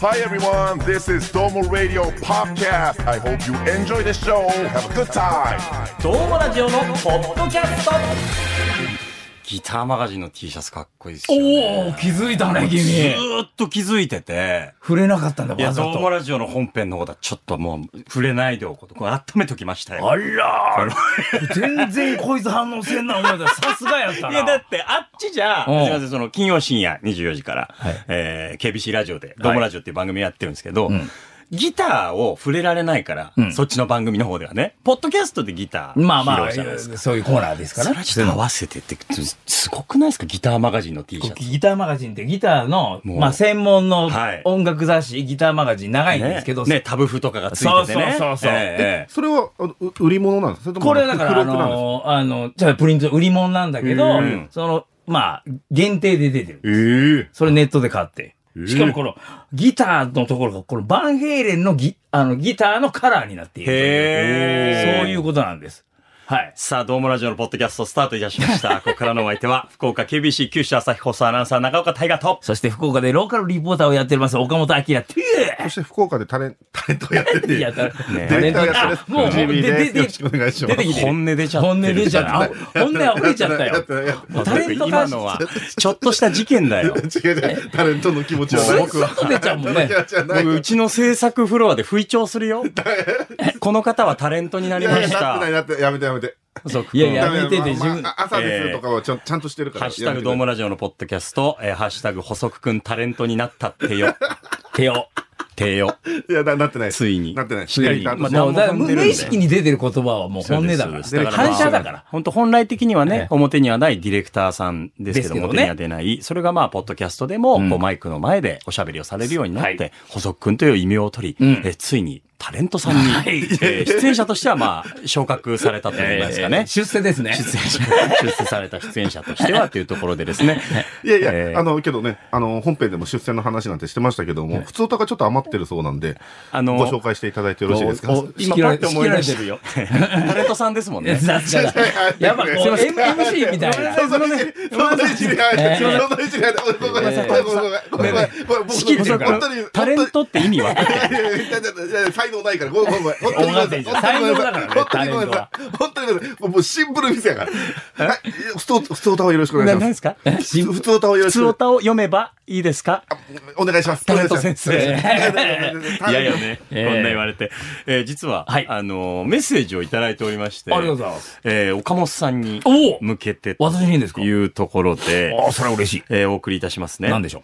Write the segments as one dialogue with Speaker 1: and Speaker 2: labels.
Speaker 1: Hi everyone, this is Domo Radio Podcast. I hope you enjoy the show. Have a good time.
Speaker 2: どうもラジオのポッドキャスト
Speaker 3: ギターマガジンの T シャツかっこいいです
Speaker 2: お
Speaker 3: よ
Speaker 2: お
Speaker 3: ね。
Speaker 2: 気づいたね君
Speaker 3: ずーっと気づいてて、
Speaker 2: 触れなかったんだ
Speaker 3: いや、
Speaker 2: わざ
Speaker 3: ドーモ
Speaker 2: と
Speaker 3: ラジオの本編の方だ、ちょっともう、触れないでおこうと、これ温めときましたよ。
Speaker 2: あらー全然こいつ反応せんな思うたさすがやった
Speaker 3: い
Speaker 2: な
Speaker 3: や、だって、あっちじゃ、す
Speaker 2: うん
Speaker 3: みません、その、金曜深夜24時から、
Speaker 2: はい
Speaker 3: えー、KBC ラジオで、ドーモラジオっていう番組やってるんですけど、
Speaker 2: ん
Speaker 3: ギターを触れられないから、
Speaker 2: うん
Speaker 3: そっちの番組の方ではね、ポッドキャストでギター
Speaker 2: まあま
Speaker 3: 披
Speaker 2: あ
Speaker 3: 露じゃないですか。
Speaker 2: そういうコーナーですか
Speaker 3: そ
Speaker 2: ら
Speaker 3: れちょっと合わせてって、すすごくないですかギターマガジンの T シャツ。
Speaker 2: ギターマガジンってギターの、
Speaker 3: もう
Speaker 2: まあ、専門の
Speaker 3: はい
Speaker 2: 音楽雑誌、ギターマガジン長いんですけど、
Speaker 3: ねね、タブ譜とかがついててね。
Speaker 2: そうそうそうそう
Speaker 3: ええ
Speaker 4: それはあのう売り物なんですかそれとも
Speaker 2: これはだから、あ
Speaker 4: 付録なんですか
Speaker 2: のーあの、じゃあプリント売り物なんだけど
Speaker 3: うん、
Speaker 2: その、まあ、限定で出てる。
Speaker 3: ええ
Speaker 2: それネットで買って。
Speaker 3: ー
Speaker 2: しかもこの、ギターのところが、このバンヘイレンのギ、あの、ギターのカラーになっているという。
Speaker 3: へー
Speaker 2: そういうことなんです。はい。
Speaker 3: さあ、どうもラジオのポッドキャストスタートいたしま した。ここからのお相手は、福岡 KBC 九州朝日放送アナウンサー中岡大河と、
Speaker 2: そして福岡でローカルリポーターをやっております、岡本明。て
Speaker 4: そして福岡でタレンタレントを やってて
Speaker 2: いやだ
Speaker 3: ね
Speaker 4: ディレクターをやって
Speaker 2: あもうもう
Speaker 4: ジミー
Speaker 2: でで
Speaker 4: です
Speaker 2: で
Speaker 4: よろしくお願いしま
Speaker 2: 出
Speaker 4: す
Speaker 2: てきてる
Speaker 3: 本音出ちゃってる。
Speaker 2: 本音出ちゃった。あ本音溢れちゃった
Speaker 4: や
Speaker 2: よ
Speaker 4: って。ないやってない
Speaker 2: もうタレント
Speaker 3: 今
Speaker 2: が
Speaker 3: のは、ちょっとした事件だよ。
Speaker 4: 違う違うタレントの気持ちは
Speaker 2: す
Speaker 4: な
Speaker 2: っ
Speaker 4: くは
Speaker 2: と出ちゃうもんね
Speaker 4: い。やじゃない
Speaker 3: 僕、うちの制作フロアで吹聴するよ。この方はタレントにないりま
Speaker 4: やいや
Speaker 3: し
Speaker 4: なってない
Speaker 3: た。
Speaker 4: なってやめてやめて
Speaker 2: いやいや
Speaker 4: ダメ
Speaker 2: めてて
Speaker 4: まあまあ
Speaker 2: 自分
Speaker 4: あ朝ですとかはちゃんちゃんとしてるから
Speaker 3: ハッシュタグ
Speaker 4: やめて
Speaker 3: どうもラジオのポッドキャスト、えーハッシュタグ細くくんタレントになったってよ。
Speaker 2: 手を。
Speaker 3: てよ。
Speaker 4: いやななってないです
Speaker 3: ついに。
Speaker 4: なってない
Speaker 3: しっかり
Speaker 4: ディレクターとし
Speaker 3: ま
Speaker 4: て
Speaker 3: あ
Speaker 2: もうだから無
Speaker 3: 本音出るんで
Speaker 2: 無意識に出てる言葉はもう本音だから。
Speaker 3: そうです
Speaker 2: 反射だから。。
Speaker 3: 本当本来的にはね、
Speaker 2: ええ
Speaker 3: 表にはないディレクターさんですけど
Speaker 2: ですけどね
Speaker 3: 表には出ない。それがまあ、ポッドキャストでも、
Speaker 2: うん
Speaker 3: こうマイクの前でおしゃべりをされるようになって、
Speaker 2: は
Speaker 3: 細くんという異名を取り、
Speaker 2: うん
Speaker 3: えついにタレントさんに、
Speaker 2: はい
Speaker 3: えー出演者としてはまあ、昇格されたと言います か
Speaker 2: え
Speaker 3: ね
Speaker 2: ー。出世ですね。
Speaker 3: 出演者、出世された出演者としてはというところでですね。
Speaker 4: いやいや、
Speaker 3: えー
Speaker 4: あの、けどね、あの、本編でも出世の話なんてしてましたけども、普通とかちょっと余ってるそうなんで、
Speaker 3: あの
Speaker 4: ご紹介していただいてよろしいですか
Speaker 3: おお今パッて思い出して
Speaker 2: 仕切られてるよ。
Speaker 3: タレントさんですもん ね。
Speaker 2: さすがだやっぱこう MC みたいな。
Speaker 4: そのね、その位置に入って、その位置に入って、ごめんなさい、ごめんなさい、ごめんなさい、ごめんなさい、ごめんなさい、本当に、
Speaker 3: タレントって意味分かってる
Speaker 4: 才能ないから、ごめんごめん、本当にごめんなさい、本当にごめんなさい、本当にごめんなさい、もうシンプルミスやから。はい、普通、普通歌をよろしくお 願い
Speaker 3: な
Speaker 4: し
Speaker 3: 何
Speaker 4: ま。
Speaker 3: ですすか
Speaker 2: シンプ
Speaker 4: 普通歌をよ ろ
Speaker 3: 普
Speaker 4: し
Speaker 3: 通
Speaker 4: く
Speaker 3: 歌を読めばいいですか
Speaker 4: お願いします。
Speaker 3: タレント先生。
Speaker 4: い
Speaker 3: い
Speaker 4: や
Speaker 3: や
Speaker 4: い
Speaker 3: い
Speaker 4: や
Speaker 3: や、ね、
Speaker 2: ええ
Speaker 3: こんな言われて。えー実は、
Speaker 2: はい
Speaker 3: あのーメッセージをいただいておりまして、
Speaker 2: ありがとうございます。
Speaker 3: えー岡本さんに
Speaker 2: おお
Speaker 3: 向けてと
Speaker 2: 私にですか
Speaker 3: いうところで、
Speaker 2: ああ、それは嬉しい。
Speaker 3: えーお送りいたしますね。
Speaker 2: なんでしょう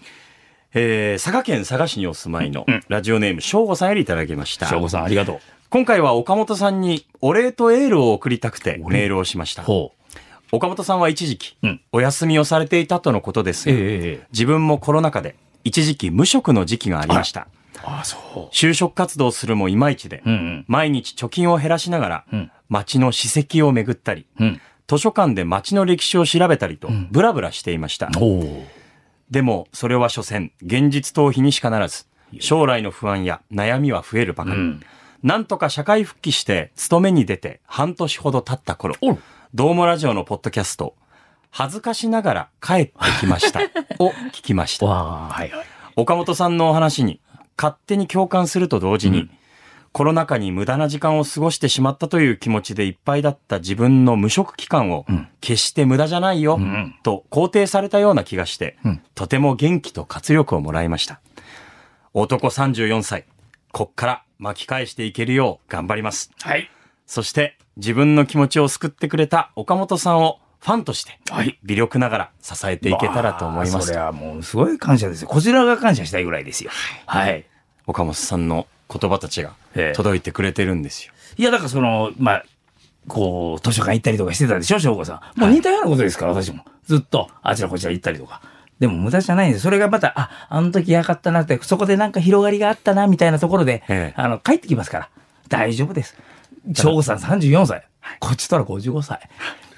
Speaker 3: えー佐賀県佐賀市にお住まいの、ラジオネーム、翔吾さんよりいただきました。
Speaker 2: 翔吾さん、ありがとう。
Speaker 3: 今回は岡本さんにお礼とエールを送りたくてメールをしました。
Speaker 2: ほう。
Speaker 3: 岡本さんは一時期、
Speaker 2: うん
Speaker 3: お休みをされていたとのことです
Speaker 2: え
Speaker 3: が、
Speaker 2: えええ。
Speaker 3: 自分もコロナ禍で一時期無職の時期がありました。
Speaker 2: ああ、そ
Speaker 3: 就職活動するもいまいちで、
Speaker 2: う。うん
Speaker 3: 毎日貯金を減らしながら、
Speaker 2: うん
Speaker 3: 町の史跡を巡ったり、
Speaker 2: うん。うん。
Speaker 3: 図書館で町の歴史を調べたりと、ブラブラしていました。
Speaker 2: おお。
Speaker 3: でも、それは所詮、現実逃避にしかならず、将来の不安や悩みは増えるばかり。
Speaker 2: ん
Speaker 3: なんとか社会復帰して、勤めに出て半年ほど経った頃、
Speaker 2: お
Speaker 3: どうもラジオのポッドキャスト、恥ずかしながら帰ってきま した。を聞きました。
Speaker 2: わあ、はいはい。
Speaker 3: 岡本さんのお話に勝手に共感すると同時に、コロナ禍に無駄な時間を過ごしてしまったという気持ちでいっぱいだった自分の無職期間を、
Speaker 2: ん
Speaker 3: 決して無駄じゃないよ、
Speaker 2: ん
Speaker 3: と肯定されたような気がして、
Speaker 2: うん
Speaker 3: とても元気と活力をもらいました。男34歳、こっから巻き返していけるよう頑張ります。
Speaker 2: はい。
Speaker 3: そして自分の気持ちを救ってくれた岡本さんをファンとして、
Speaker 2: はい
Speaker 3: 微力ながら支えていけたらと思い
Speaker 2: わ
Speaker 3: ま
Speaker 2: あそ
Speaker 3: す
Speaker 2: れ。はもう、すごい感謝ですよ。こちらが感謝したいぐらいですよ。はい。
Speaker 3: 岡本さんの言葉たちが
Speaker 2: ええ
Speaker 3: 届いてくれてるんですよ。
Speaker 2: いや、だからその、まあ、こう、図書館行ったりとかしてたでしょ、翔吾さん。もう似たようなことですから、私も。ずっと、あちらこちら行ったりとか。でも無駄じゃないんです。それがまた、あ、あの時やかったなって、そこでなんか広がりがあったな、みたいなところで、
Speaker 3: ええ
Speaker 2: あの、帰ってきますから。大丈夫です。翔吾さん34歳。こっちとら55歳。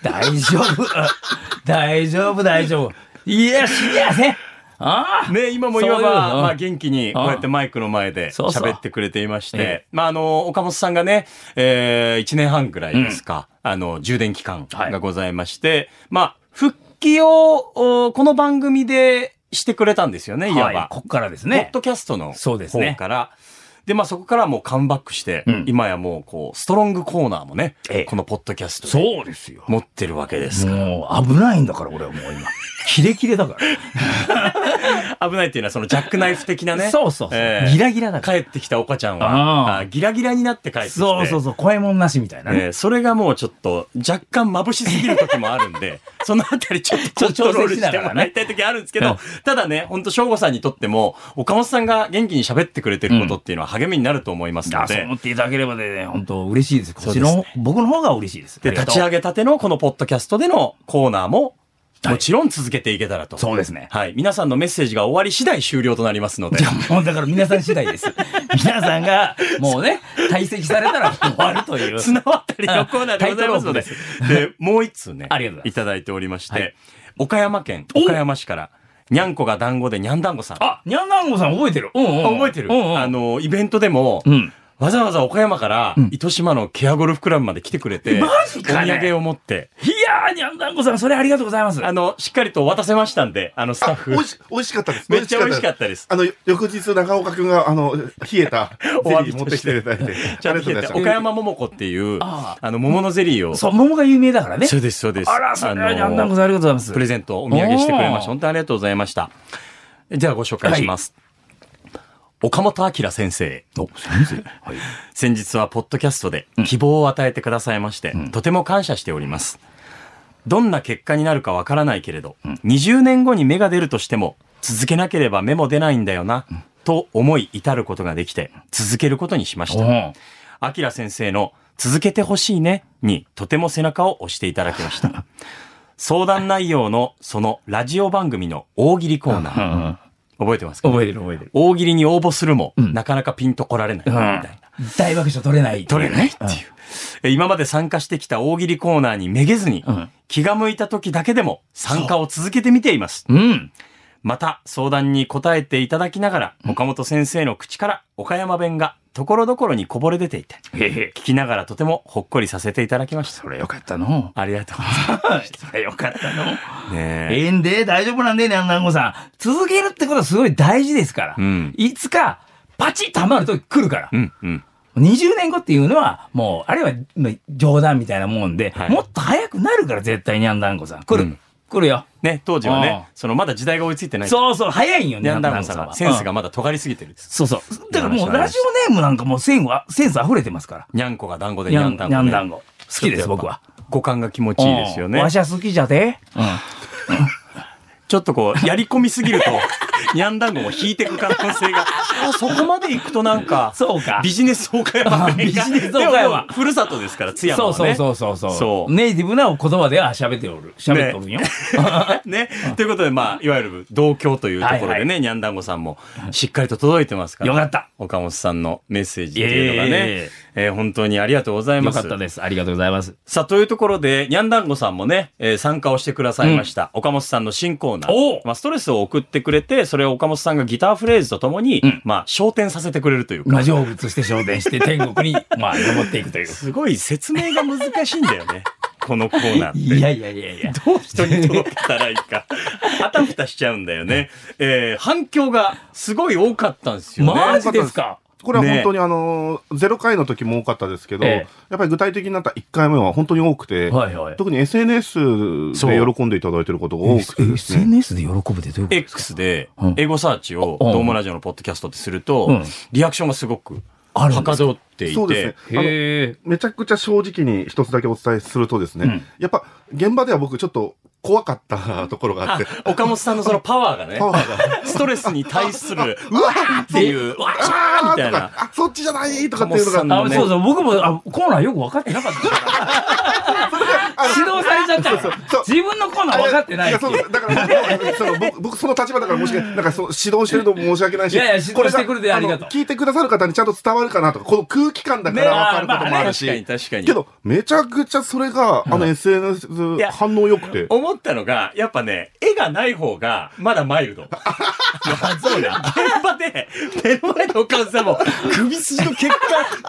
Speaker 2: 大丈夫。 大丈夫、大丈夫。いや、死にやせん。ああ。
Speaker 3: ね、今も今は、
Speaker 2: そういうのうん
Speaker 3: まあ、元気にこうやってマイクの前で
Speaker 2: そうそう
Speaker 3: 喋ってくれていまして、
Speaker 2: え
Speaker 3: まあ、あの、岡本さんがね、えー、1年半ぐらいですか、あの、充電期間がございまして、まあ、復帰を、おこの番組でしてくれたんですよね、いわば。
Speaker 2: はいこっからです
Speaker 3: ポッ
Speaker 2: ね
Speaker 3: ド。キャストの
Speaker 2: そうですね
Speaker 3: 方から。で、まあそこからもうカムバックして、
Speaker 2: うん
Speaker 3: 今やもうこう、ストロングコーナーもね、
Speaker 2: ええ
Speaker 3: このポッドキャストで
Speaker 2: そうですよ。
Speaker 3: 持ってるわけですから。
Speaker 2: もう危ないんだから、俺はもう今。キレキレだから。
Speaker 3: 危ないっていうのはそのジャックナイフ的なね。
Speaker 2: そうそうそう、
Speaker 3: ええ
Speaker 2: ギラギラだか
Speaker 3: 帰ってきたおかちゃん
Speaker 2: ああ
Speaker 3: は、あギラギラになって帰って
Speaker 2: ら。
Speaker 3: きて。
Speaker 2: そうそうそう、怖いもんなしみたいなね。
Speaker 3: えーそれがもうちょっと若干眩しすぎる時もあるん で、そのあたりちょっとコントロールしてもらいたい時あるんですけ
Speaker 2: うん
Speaker 3: ど、ただね、ほんと省吾さんにとっても、岡本さんが元気に喋ってくれてることっていうのは励みになると思いますの
Speaker 2: あそう
Speaker 3: で
Speaker 2: 思、っていただければね、本当嬉しいです。こっち
Speaker 3: そう
Speaker 2: の、僕の方が嬉しいです。
Speaker 3: で、
Speaker 2: ありが
Speaker 3: 立
Speaker 2: とう
Speaker 3: ち上げたてのこのポッドキャストでのコーナーも、もちろん続けていけたらと。
Speaker 2: そうですね。
Speaker 3: はい。皆さんのメッセージが終わり次第終了となりますので。
Speaker 2: もうだから皆さん次第 です。皆さんが、もうね、退席されたらもう終わると いう。
Speaker 3: 綱渡りのコーナーでございますので。
Speaker 2: タイ
Speaker 3: で、もう一通ね、
Speaker 2: ありがとうございます
Speaker 3: ただいておりまして、
Speaker 2: はい
Speaker 3: 岡山県、岡山市から、にゃんこが団子でにゃん団子さん。
Speaker 2: あ、にゃんなんごさん覚えてる。うんうんうん、
Speaker 3: 覚えてる、
Speaker 2: うんうん、
Speaker 3: あの、イベントでも、
Speaker 2: うん
Speaker 3: わざわざ岡山から、糸島のケアゴルフクラブまで来てくれて、
Speaker 2: マジかね
Speaker 3: お土産を持って、
Speaker 2: いやー、にゃんなんごさん、それありがとうございます。
Speaker 3: あの、しっかりと渡せましたんで、あの、スタッ
Speaker 4: あ、
Speaker 3: フ
Speaker 4: 美。味し、美味しかったです。
Speaker 3: めっちゃ美味しかったです
Speaker 4: あの、翌日、中岡くんが、あの、冷えた、ゼ
Speaker 3: お詫
Speaker 4: リ
Speaker 3: び
Speaker 4: ー持ってきていただいて。
Speaker 3: ちゃんと来てて岡山桃子っていう、あの、桃のゼリーを。
Speaker 2: そう、桃が有名だからね。
Speaker 3: そうです、そうです。
Speaker 2: あら、それはにゃんなんご
Speaker 3: の
Speaker 2: さんありがとうございます。
Speaker 3: プレゼントをお土産してくれま
Speaker 2: おー
Speaker 3: した。本当にありがとうございました。ではご紹介します。岡本明先生。 先日はポッドキャストで希望を与えてくださいまして、とても感謝しております。どんな結果になるかわからないけれど、20年後に芽が出るとしても、続けなければ芽も出ないんだよな、と思い至ることができて、続けることにしました。
Speaker 2: うん
Speaker 3: アキラ先生の続けてほしいねにとても背中を押していただき ました。相談内容のそのラジオ番組の大喜利コーナー。
Speaker 2: うんうん
Speaker 3: 覚えてますか
Speaker 2: 覚えてる覚えてる。
Speaker 3: 大喜利に応募するも、なかなかピンと来られないみたいな。
Speaker 2: 大爆笑取れない。
Speaker 3: 取れないっていう。え今まで参加してきた大喜利コーナーにめげずに、
Speaker 2: うん
Speaker 3: 気が向いた時だけでも参加を続けてみています。
Speaker 2: うん。
Speaker 3: また相談に答えていただきながら、岡本先生の口から岡山弁がところどころにこぼれ出ていて、
Speaker 2: へへ。
Speaker 3: 聞きながらとてもほっこりさせていただきました。
Speaker 2: それよかったの。
Speaker 3: ありがとうござい
Speaker 2: それよかったの。
Speaker 3: ます。ねえ
Speaker 2: ええんで、大丈夫なんでね、あんなごさん。続けるってことはすごい大事ですから。
Speaker 3: うん
Speaker 2: いつか、パチッとハマる時来るから。
Speaker 3: うんうん。
Speaker 2: 20年後っていうのは、もう、あれはまあ冗談みたいなもんで、
Speaker 3: はい
Speaker 2: もっと早くなるから、絶対にゃんだんごさん。来る。
Speaker 3: うん
Speaker 2: 来るよ。
Speaker 3: ね、当時はね
Speaker 2: ああ、
Speaker 3: そのまだ時代が追いついてない。う。
Speaker 2: そうそう、早いんよ、
Speaker 3: ニャンダ
Speaker 2: ニ
Speaker 3: ム
Speaker 2: ャ
Speaker 3: さん
Speaker 2: は
Speaker 3: はセンス
Speaker 2: う
Speaker 3: が
Speaker 2: ん
Speaker 3: まだ尖りすぎてる。
Speaker 2: そうそう。だからもう、ラジオネームなんかもうセンは、センス溢れてますから。
Speaker 3: にゃんこが団子で
Speaker 2: に
Speaker 3: に
Speaker 2: ゃ
Speaker 3: ゃ
Speaker 2: ん
Speaker 3: ん
Speaker 2: だ
Speaker 3: だ
Speaker 2: んご。
Speaker 3: ん
Speaker 2: に
Speaker 3: ご。
Speaker 2: ゃんだんご。好きです、僕は。。
Speaker 3: 五感が気持ちいいですよね
Speaker 2: うんわ。しゃ好きじゃで。
Speaker 3: ちょっとこう、やり込みすぎると、 にゃんだんごも引いてく可能性が。あそこまで行くとなんか、
Speaker 2: そうか
Speaker 3: ビジネス崩壊
Speaker 2: あ
Speaker 3: は。
Speaker 2: ビジネス岡山
Speaker 3: でももうふるさとですから、津山
Speaker 2: そう
Speaker 3: はね。
Speaker 2: そうそうそうそう。
Speaker 3: そう
Speaker 2: ネイティブな言葉では喋っておる。喋っておるんよ。
Speaker 3: ね。ということで、まあ、いわゆる同居というところでね、
Speaker 2: はいは
Speaker 3: にゃんだんごさんもしっかりと届いてますか ら。
Speaker 2: よかった。
Speaker 3: 岡本さんのメッセージっていうのが
Speaker 2: いえいえい
Speaker 3: ね、えー本当にありがとうござい
Speaker 2: よ
Speaker 3: ます。
Speaker 2: かったです。ありがとうございます。
Speaker 3: さあ、というところで、にゃんだんごさんもね、えー参加をしてくださいました。岡本さんの新コーナー。
Speaker 2: おう
Speaker 3: まあ、ストレスを送ってくれて、それを岡本さんがギターフレーズとともに、
Speaker 2: ん
Speaker 3: まあ、昇天させてくれるという
Speaker 2: ま
Speaker 3: か
Speaker 2: あ、。成仏して昇天して天国に、まあ、登っていくという。
Speaker 3: すごい説明が難しいんだよ ね。このコーナーって。
Speaker 2: いやいやいやいや。
Speaker 3: どう人に届けたらい いか。あたふたしちゃうんだよね。 えー反響がすごい多かったんですよね。
Speaker 2: マジですか
Speaker 4: これは
Speaker 3: ね
Speaker 4: 本当にあの、ゼロ回の時も多かったですけど、
Speaker 2: ええ
Speaker 4: やっぱり具体的になった1回目は本当に多くて、
Speaker 2: はいはい
Speaker 4: 特に SNS
Speaker 3: そ
Speaker 4: で
Speaker 3: う
Speaker 4: 喜んでいただいてることが多くてですね。
Speaker 2: で喜ぶってどういう
Speaker 3: X で
Speaker 2: うん、
Speaker 3: エゴサーチを、
Speaker 2: うん
Speaker 3: ドームラジオのポッドキャストってすると、
Speaker 2: うん
Speaker 3: リアクションがすごく、
Speaker 2: あ
Speaker 3: は
Speaker 2: るんですか
Speaker 3: かどってい
Speaker 4: そうで
Speaker 3: て、
Speaker 4: すね。あの
Speaker 2: へえ。
Speaker 4: めちゃくちゃ正直に一つだけお伝えするとですね、
Speaker 2: うん
Speaker 4: やっぱ現場では僕ちょっと怖かったところがあ
Speaker 3: あ
Speaker 4: って、
Speaker 3: 岡本さんのそのパワーがね
Speaker 4: パ、ワーが。
Speaker 3: ストレスに対する、
Speaker 4: うわーっ
Speaker 3: っていう、わ
Speaker 4: あ
Speaker 3: ー
Speaker 4: ー
Speaker 3: みたい
Speaker 4: とか
Speaker 3: な。、
Speaker 4: あ、そっちじゃないとかっていう
Speaker 3: 岡本さ
Speaker 4: のが、
Speaker 2: あ
Speaker 3: の、ね
Speaker 2: そうそう、僕もあコーナーよく分かってなかったから。指導されちゃったから
Speaker 4: そうそう
Speaker 2: 自分のコーナー分かってない
Speaker 4: や
Speaker 2: って
Speaker 4: そう
Speaker 2: いう
Speaker 4: です。だから、そう僕、僕、その立場だから、もしかなんか、そう、指導してるのも申し訳ないし。
Speaker 2: いやいや指導
Speaker 4: こが
Speaker 2: してくれてありがとう
Speaker 4: の聞いてくださる方にちゃんと伝わるかなとか、この空気感だから分かることもあるし。
Speaker 3: ねまあね確かに確かに
Speaker 4: けど、めちゃくちゃそれが、あの、SNS
Speaker 3: いや
Speaker 4: 反応良くて。
Speaker 3: 思ったのが、やっぱね、エ手がない方が、まだマイルド。いや、 そうね。現場で、目の前のお母さんも、首筋の血管、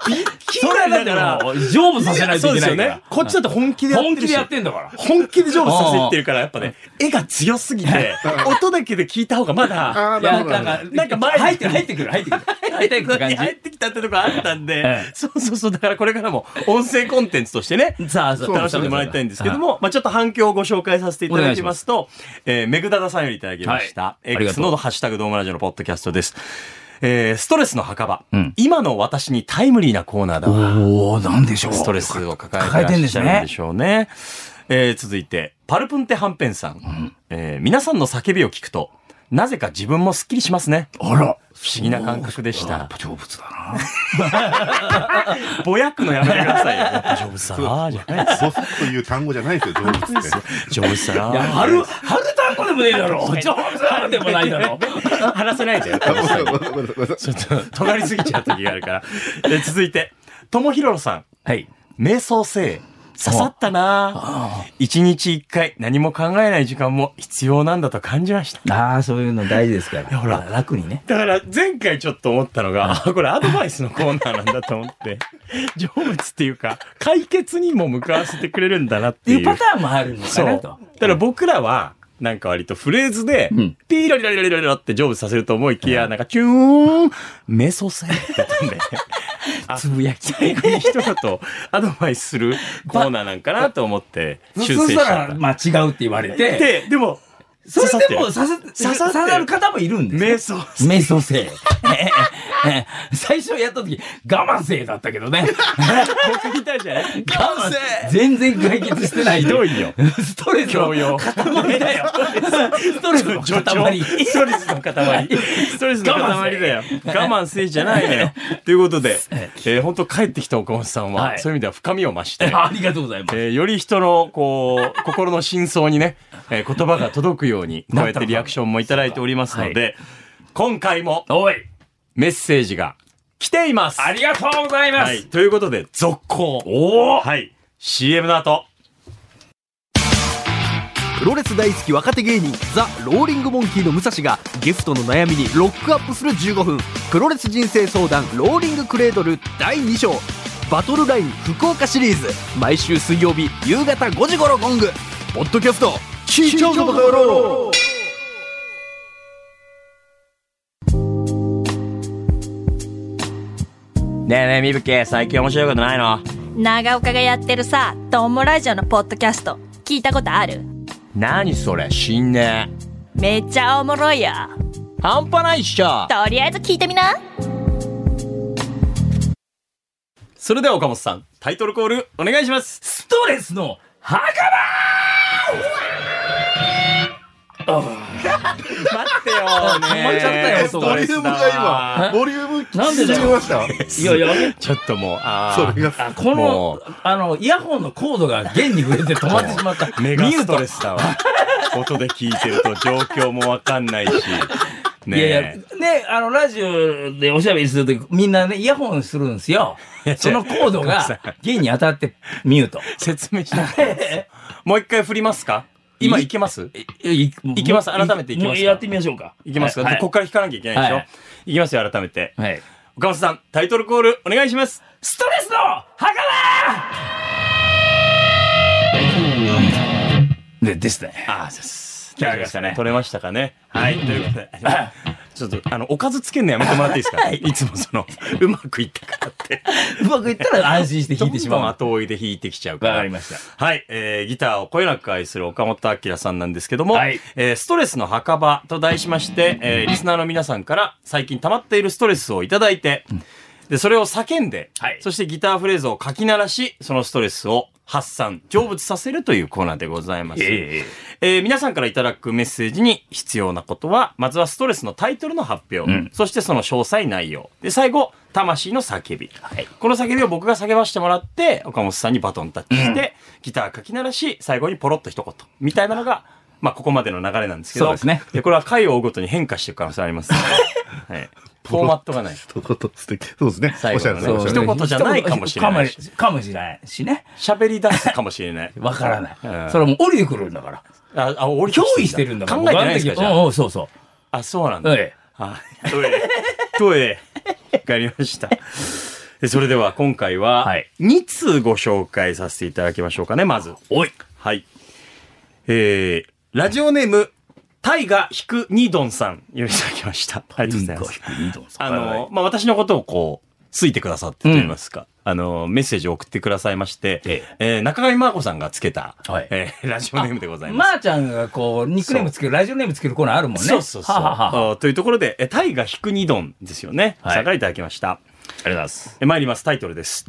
Speaker 3: ビッキ
Speaker 2: そ
Speaker 3: リ
Speaker 2: れ
Speaker 3: な
Speaker 2: だ
Speaker 3: ん
Speaker 2: か
Speaker 3: だか
Speaker 2: ら、、
Speaker 3: ら
Speaker 2: 勝負させないと
Speaker 3: そう
Speaker 2: い
Speaker 3: で
Speaker 2: けな
Speaker 3: すよ
Speaker 2: いか
Speaker 3: ね
Speaker 2: ら。。
Speaker 3: こっちだって本気でやって
Speaker 2: 本
Speaker 3: るし
Speaker 2: 気でやってんだから。
Speaker 3: 本気で勝負させてるから、やっぱね、絵が強すぎて、 音だけで聞いた方がまだ、
Speaker 4: あー
Speaker 2: いや
Speaker 4: なるほど
Speaker 2: なんか、
Speaker 3: な
Speaker 2: なんんか
Speaker 3: か前に
Speaker 2: 入ってくる、入ってくる、入ってくる。入ってくる感
Speaker 3: 入ってきたってとこあったんで
Speaker 2: え、え
Speaker 3: そうそうそう、だからこれからも音声コンテンツとしてね、
Speaker 2: じ。さあ、そう
Speaker 3: 楽しんでもらいたいんですけども、まあちょっと反響をご紹介させていただきますと、えー、めぐだださんよりいただきました。
Speaker 2: いありが
Speaker 3: X
Speaker 2: とう
Speaker 3: のハッシュタグドームラジオのポッドキャストです。えー、ストレスの墓場、
Speaker 2: うん
Speaker 3: 今の私にタイムリーなコーナーだわ。
Speaker 2: おー、なんでしょう。
Speaker 3: ストレスを抱え
Speaker 2: 抱え
Speaker 3: て
Speaker 2: て
Speaker 3: ん
Speaker 2: ん
Speaker 3: で
Speaker 2: で
Speaker 3: し
Speaker 2: し
Speaker 3: ょ
Speaker 2: ょ
Speaker 3: う
Speaker 2: う
Speaker 3: ね
Speaker 2: ね。
Speaker 3: えー続いて、パルプンテハンペンさん。えー皆さんの叫びを聞くと、なぜか自分もスッキリしますね。
Speaker 2: あら。
Speaker 3: 不思議な感覚でした。
Speaker 2: 成仏だな。
Speaker 3: ぼやくのやめてくださいよ。やっぱ成仏さん。ああ、じゃないです。
Speaker 4: ボスという単語じゃないですよ、成仏って。
Speaker 3: 成仏さんあー。
Speaker 2: 春、春単語でもねえだろ。成仏なんでもないだろ。
Speaker 3: 話せないで。ちょっと、尖りすぎちゃう時があるから。で続いて、ともひろろさん。
Speaker 2: はい。
Speaker 3: 瞑想性。刺さったなぁ一日一回何も考えない時間も必要なんだと感じました。
Speaker 2: ああ、そういうの大事ですから。
Speaker 3: ほら
Speaker 2: 楽にね。
Speaker 3: だから前回ちょっと思ったのが、あこれアドバイスのコーナーなんだと思って、成仏っていうか、解決にも向かわせてくれるんだなっ
Speaker 2: って
Speaker 3: てい。
Speaker 2: いううパターンもあるのか
Speaker 3: そう。
Speaker 2: な
Speaker 3: だ
Speaker 2: と
Speaker 3: か。ら僕らは、なんか割とフレーズで、
Speaker 2: うん
Speaker 3: ピーラリラリラリラリラって成仏させると思いきや、なんかチューン、瞑想せって言ったんで、 あ
Speaker 2: つぶやき。
Speaker 3: 最後に一言アドバイスするコーナーなんかなと思って、修正しちゃった。
Speaker 2: まあ違うって言われて。
Speaker 3: で、でも、
Speaker 2: それでも刺
Speaker 3: 刺さっ
Speaker 2: さ
Speaker 3: 刺さってる
Speaker 2: 刺さる方もいるん
Speaker 3: て
Speaker 2: で
Speaker 3: る
Speaker 2: す
Speaker 3: 瞑想
Speaker 2: 瞑想性。 最初やった時、我慢性だったけどね。
Speaker 3: 僕みたいじゃない
Speaker 2: 我慢全然解決してない
Speaker 3: ひどいよ。
Speaker 2: ストレスの
Speaker 3: 教養
Speaker 2: 塊だよ。ストレスの
Speaker 3: 助長
Speaker 2: 塊。
Speaker 3: ストレスの塊。ストレスの塊だよ。我慢せいじゃないのよ。ということで、えー、本当帰ってきた岡本さんは、
Speaker 2: はい
Speaker 3: そういう意味では深みを増して、
Speaker 2: ありがとうございます。
Speaker 3: えーより人の、こう、心の真相にね、 えー言葉が届くように、こうやってリアクションもいただいておりますので、今回も
Speaker 2: おい、
Speaker 3: メッセージが来ています。
Speaker 2: ありがとうございま
Speaker 3: はい。
Speaker 2: す。
Speaker 3: ということで、続行。
Speaker 2: おお
Speaker 3: はい。CM の後。
Speaker 5: プロレス大好き若手芸人ザ・ローリングモンキーの武蔵がギフトの悩みにロックアップする15分プロレス人生相談ローリングクレードル第2章バトルライン福岡シリーズ毎週水曜日夕方5時頃ゴングポッドキャスト聞いちゃうぞバカ野郎
Speaker 3: ねえねえ、みぶけ、最近面白いことないの
Speaker 6: 長岡がやってるさ、トモラジオのポッドキャスト、聞いたことある
Speaker 3: 何それ、死んね
Speaker 6: めっちゃおもろいよ。
Speaker 3: 半端ないっしょ
Speaker 6: とりあえず聞いてみな。
Speaker 3: それでは岡本さん、タイトルコールお願いします。
Speaker 2: ストレスの墓場
Speaker 3: 待ってよね。
Speaker 2: 止まっちゃったよそう
Speaker 4: ボリュームが今、ボリューム
Speaker 2: なんでだよ
Speaker 4: 縮みました。
Speaker 2: いやいや、
Speaker 3: ちょっともう、あ
Speaker 4: そ
Speaker 3: ー
Speaker 4: れが。
Speaker 2: こ
Speaker 3: も
Speaker 2: の、あの、イヤホンのコードが弦に触れて止まってしまった。
Speaker 3: メガストレスだわ。 音で聞いてると状況もわかんないし。ね
Speaker 2: い
Speaker 3: え
Speaker 2: やいや、ね、あの、ラジオでおしゃべりするとき、みんなね、イヤホンするんですよ
Speaker 3: いや。
Speaker 2: そのコード
Speaker 3: ごめん
Speaker 2: が
Speaker 3: なさ、
Speaker 2: 弦に当たってミュート。
Speaker 3: 説明しなくていいです。もう一回振りますか今いけます
Speaker 2: い
Speaker 3: いきます改めていきますか
Speaker 2: もうやってみましょうか。
Speaker 3: いけますか、
Speaker 2: はい
Speaker 3: でここから弾かなきゃいけないでしょ、
Speaker 2: はいい、
Speaker 3: きますよ、改めて。
Speaker 2: はい。
Speaker 3: 岡本さん、タイトルコールお願いします。
Speaker 2: ストレスの墓場で、ですね。
Speaker 3: ああ、そうです。
Speaker 2: 取れましたね
Speaker 3: 取れましたかね。はい、ということで。 ちょっと、あの、おかずつけんのやめてもらっていいですかいつもその、うまくいったからって。
Speaker 2: うまくいったら安心して弾いてしまう。
Speaker 3: どん
Speaker 2: わ
Speaker 3: どん後追いで弾いてきちゃうから。
Speaker 2: かりました。
Speaker 3: はい、えーギターをこよなく愛する岡本明さんなんですけども、
Speaker 2: はい
Speaker 3: えーストレスの墓場と題しまして、えーリスナーの皆さんから最近溜まっているストレスをいただいて、で、それを叫んで、
Speaker 2: はい
Speaker 3: そしてギターフレーズを書き鳴らし、そのストレスを発散、成仏させるというコーナーでございます。
Speaker 2: ええ
Speaker 3: えー皆さんからいただくメッセージに必要なことは、まずはストレスのタイトルの発表、
Speaker 2: ん
Speaker 3: そしてその詳細内容。で、最後、魂の叫び。この叫びを僕が叫ばしてもらって、岡本さんにバトンタッチして、ギター書き鳴らし、最後にポロッと一言。みたいなのが、まあ、ここまでの流れなんですけど。
Speaker 2: そうですね
Speaker 3: これは回を追うごとに変化していく可能性あります、ねはい。フォーマットがない。
Speaker 4: 一言素敵。そうですね。
Speaker 3: 最
Speaker 4: おし
Speaker 3: 後
Speaker 4: ゃ
Speaker 3: の
Speaker 4: れ
Speaker 3: ね
Speaker 4: なおしゃれ
Speaker 3: 一言じゃないかもしれないし
Speaker 2: かもかもしれないしね。
Speaker 3: 喋り出すかもしれない。
Speaker 2: わからない。
Speaker 3: うん
Speaker 2: それはもう降りてくるんだから。
Speaker 3: あ、あ、俺
Speaker 2: 脅威してるんだから。
Speaker 3: 考えてないですか、
Speaker 2: 僕
Speaker 3: じ
Speaker 2: あの時
Speaker 3: ゃ
Speaker 2: うんうん、そうそ
Speaker 3: あ。あ、そうなん
Speaker 2: う。
Speaker 3: だ。
Speaker 2: はい。
Speaker 3: はい。トイレ。トイレ。わかりました。でそれでは今回は
Speaker 2: はい、
Speaker 3: 2通ご紹介させていただきましょうかね、まず。
Speaker 2: おい。
Speaker 3: はい。えー、ラジオネーム、タイガ・ヒク・ニドンさん、よりいただきました。ありがとうございます。あの、まあ、私のことをこう、ついてくださってと言いますか、あの、メッセージを送ってくださいまして、
Speaker 2: え
Speaker 3: えー中上真子さんがつけた、
Speaker 2: はい
Speaker 3: えーラジオネームでございます。
Speaker 2: まーちゃんがこう、ニックネームつける、ラジオネームつけるコーナーあるもんね。
Speaker 3: そうそうそう。
Speaker 2: ははは
Speaker 3: あというところで、えタイが引く二丼ですよね。
Speaker 2: はい
Speaker 3: さがいただきました。
Speaker 2: ありがとうございます。
Speaker 3: え参ります。タイトルです。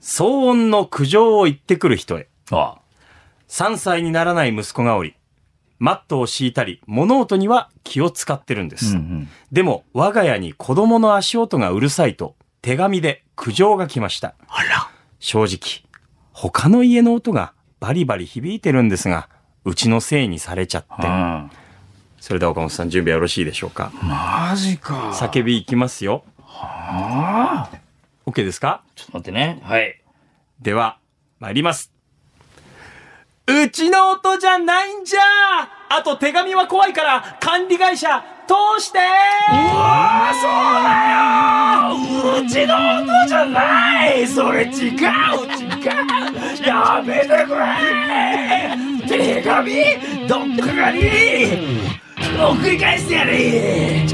Speaker 3: 騒音の苦情を言ってくる人へ。
Speaker 2: あ
Speaker 3: 3歳にならない息子がおり、マットを敷いたり、物音には気を使ってるんで
Speaker 2: う
Speaker 3: す。
Speaker 2: ん
Speaker 3: でも、我が家に子供の足音がうるさいと、手紙で苦情が来ました。あら。正直、他の家の音がバリバリ響いてるんですが、うちのせいにされちゃって。
Speaker 2: うん。
Speaker 3: それでは岡本さん、準備はよろしいでしょうか。
Speaker 2: マジか。
Speaker 3: 叫びいきますよ。
Speaker 2: ああ。
Speaker 3: OK ですか
Speaker 2: ちょっと待ってね。はい。
Speaker 3: では、参ります。うちの音じゃないんじゃあと手紙は怖いから管理会社通して
Speaker 2: うちの音じゃないそれ違う違うやめてくれ手紙どっかかに送り返してやれ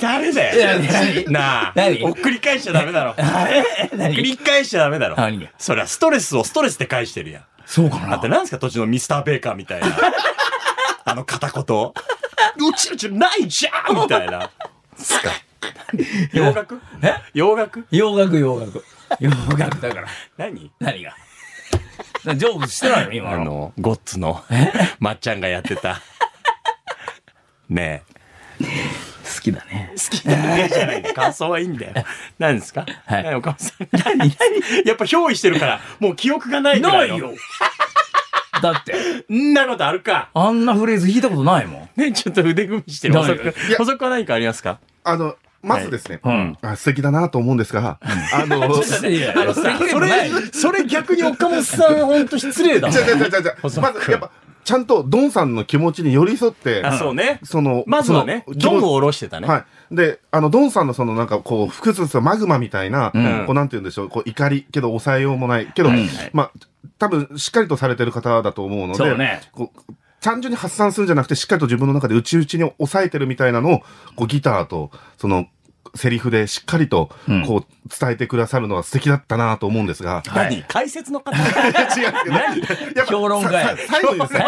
Speaker 3: 誰だよ
Speaker 2: いや何
Speaker 3: なあ
Speaker 2: 何
Speaker 3: 送り返しちゃダメだろ。送り返しちゃダメだろ
Speaker 2: 何が。
Speaker 3: そりゃストレスをストレスで返してるやん。
Speaker 2: そうかな
Speaker 3: あってなんですか途中のミスターベーカーみ たいな。あの片言。うちうちないじゃんみたいな。すか。洋楽
Speaker 2: え
Speaker 3: 洋楽
Speaker 2: 洋楽洋楽洋楽だから
Speaker 3: 何
Speaker 2: 何が成仏してないの今
Speaker 3: あ
Speaker 2: の
Speaker 3: の、ゴッツの、まっちゃんがやって た。ねえ。
Speaker 2: 好きだね
Speaker 3: 好きだねじゃ ない感想はいいんだよ。何ですか
Speaker 2: はい
Speaker 3: ねえ岡本さん。何何やっぱ憑依してるから、もう記憶がないぐ
Speaker 2: な
Speaker 3: らい
Speaker 2: い
Speaker 3: の
Speaker 2: よだって
Speaker 3: んなことあるか。
Speaker 2: あんなフレーズ聞いたことないもん
Speaker 3: ね、ちょっと腕組みしてる。補
Speaker 2: ない
Speaker 3: 足
Speaker 2: よ
Speaker 4: いや
Speaker 3: 補足は何かありますか
Speaker 4: あの、まずですね、
Speaker 2: うん
Speaker 4: あ素敵だなと思うんですが、あの、
Speaker 2: ちょっといやいや
Speaker 3: あのさ
Speaker 2: それ
Speaker 3: それ、それ逆に岡本さん、ほんと失礼だもん
Speaker 4: じゃじゃじゃじゃまず
Speaker 3: 細く
Speaker 4: やっぱ、ちゃんとドンさんの気持ちに寄り添って、
Speaker 3: あ、そうね。
Speaker 4: その、
Speaker 3: まずはね、
Speaker 4: その
Speaker 3: ドンを下ろしてたね。
Speaker 4: はい。で、あの、ドンさんのそのなんかこう、複雑なマグマみたいな、
Speaker 3: ん
Speaker 4: こう、なんて言うんでしょう、こう、怒り、けど抑えようもない、けど、まあ、多分、しっかりとされてる方だと思うの
Speaker 2: そ
Speaker 4: で、
Speaker 2: うね
Speaker 4: こう単純に発散するんじゃなくて、しっかりと自分の中で内々に抑えてるみたいなのを、こう、ギターと、その、セリフでしっかりと、こう、伝えてくださるのは素敵だったなと思うんですが、
Speaker 2: はい
Speaker 3: 何解説の方
Speaker 4: いや違う違うやっぱ
Speaker 2: 評論家や
Speaker 4: ささ最後にですね。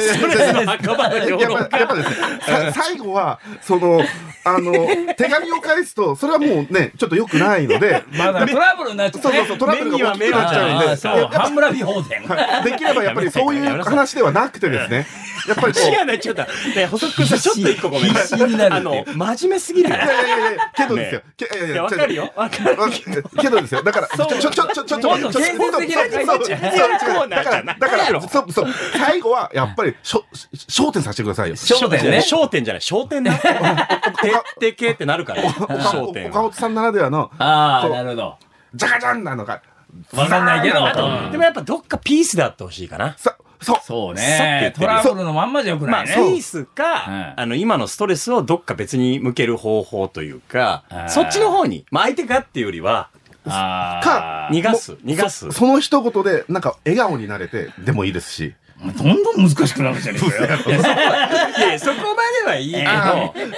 Speaker 3: ストレスの墓場の評
Speaker 4: やっ
Speaker 3: 論
Speaker 4: ぱやっぱですね、さ最後は、その、あの、手紙を返すと、それはもうね、ちょっと良くないので、
Speaker 2: まだトラブルになっちゃっ
Speaker 4: そうそうそう、トラブルが大きくなっちゃうん
Speaker 2: あ
Speaker 4: で、
Speaker 2: あそう
Speaker 4: や
Speaker 2: 半村美法典
Speaker 4: っぱできればやっぱりそういう話ではなくてですね、やっぱりこう、い
Speaker 3: 違うね、ちょっと。ね、細くんさ、ちょっと一個ごめん。
Speaker 2: 必死になる
Speaker 3: あの、真面目すぎるよ。
Speaker 4: やいやいやいや、けどですよ
Speaker 3: ね、
Speaker 4: けいやい
Speaker 3: い
Speaker 4: や
Speaker 3: や、わかるよ。わかる。
Speaker 4: わけどですよ、だから、ちょ、ちょ、ちょ、ちょ、ちょ、ちょ、
Speaker 2: もっと
Speaker 4: ちょ
Speaker 2: 建設的な
Speaker 4: ちょ
Speaker 2: 感
Speaker 4: ち
Speaker 2: じ違う
Speaker 4: ょそう違う
Speaker 3: コーナー
Speaker 4: だ
Speaker 3: じ
Speaker 4: か
Speaker 3: ゃ
Speaker 4: ら、
Speaker 3: ない
Speaker 4: だから
Speaker 3: やろ
Speaker 4: そう、そう、最後は、やっぱり、しょ、し焦点させてくださいよ。
Speaker 2: 焦点ね
Speaker 3: 焦点じゃない、焦点な。てってけってなるから。焦点
Speaker 4: 岡
Speaker 3: は。
Speaker 4: 本さんならではの、
Speaker 2: ああ
Speaker 4: そう
Speaker 2: なるほど
Speaker 4: じゃかじゃんなのか。
Speaker 2: わかんないけど
Speaker 4: ザーなのか
Speaker 3: でもやっぱどっかピースであってほしいかな。
Speaker 4: さ、そう。
Speaker 2: そう
Speaker 3: さっき言っ
Speaker 2: ねト
Speaker 3: てるよ
Speaker 2: ラブルのまんまじゃよく
Speaker 3: ま
Speaker 2: な
Speaker 3: あ、
Speaker 2: い
Speaker 3: ピ
Speaker 2: ね
Speaker 3: ースか、
Speaker 2: うん
Speaker 3: あの、今のストレスをどっか別に向ける方法というか
Speaker 2: う、ん
Speaker 3: そっちの方に、まあ相手がっていうよりは、
Speaker 2: あ
Speaker 4: か
Speaker 3: 逃がす、逃がす。
Speaker 4: その一言で、なんか、笑顔になれて、でもいいですし。
Speaker 2: ーどんどん難しくなるじゃ ねえかよ
Speaker 3: いや、そこはいやそこまではいいけど、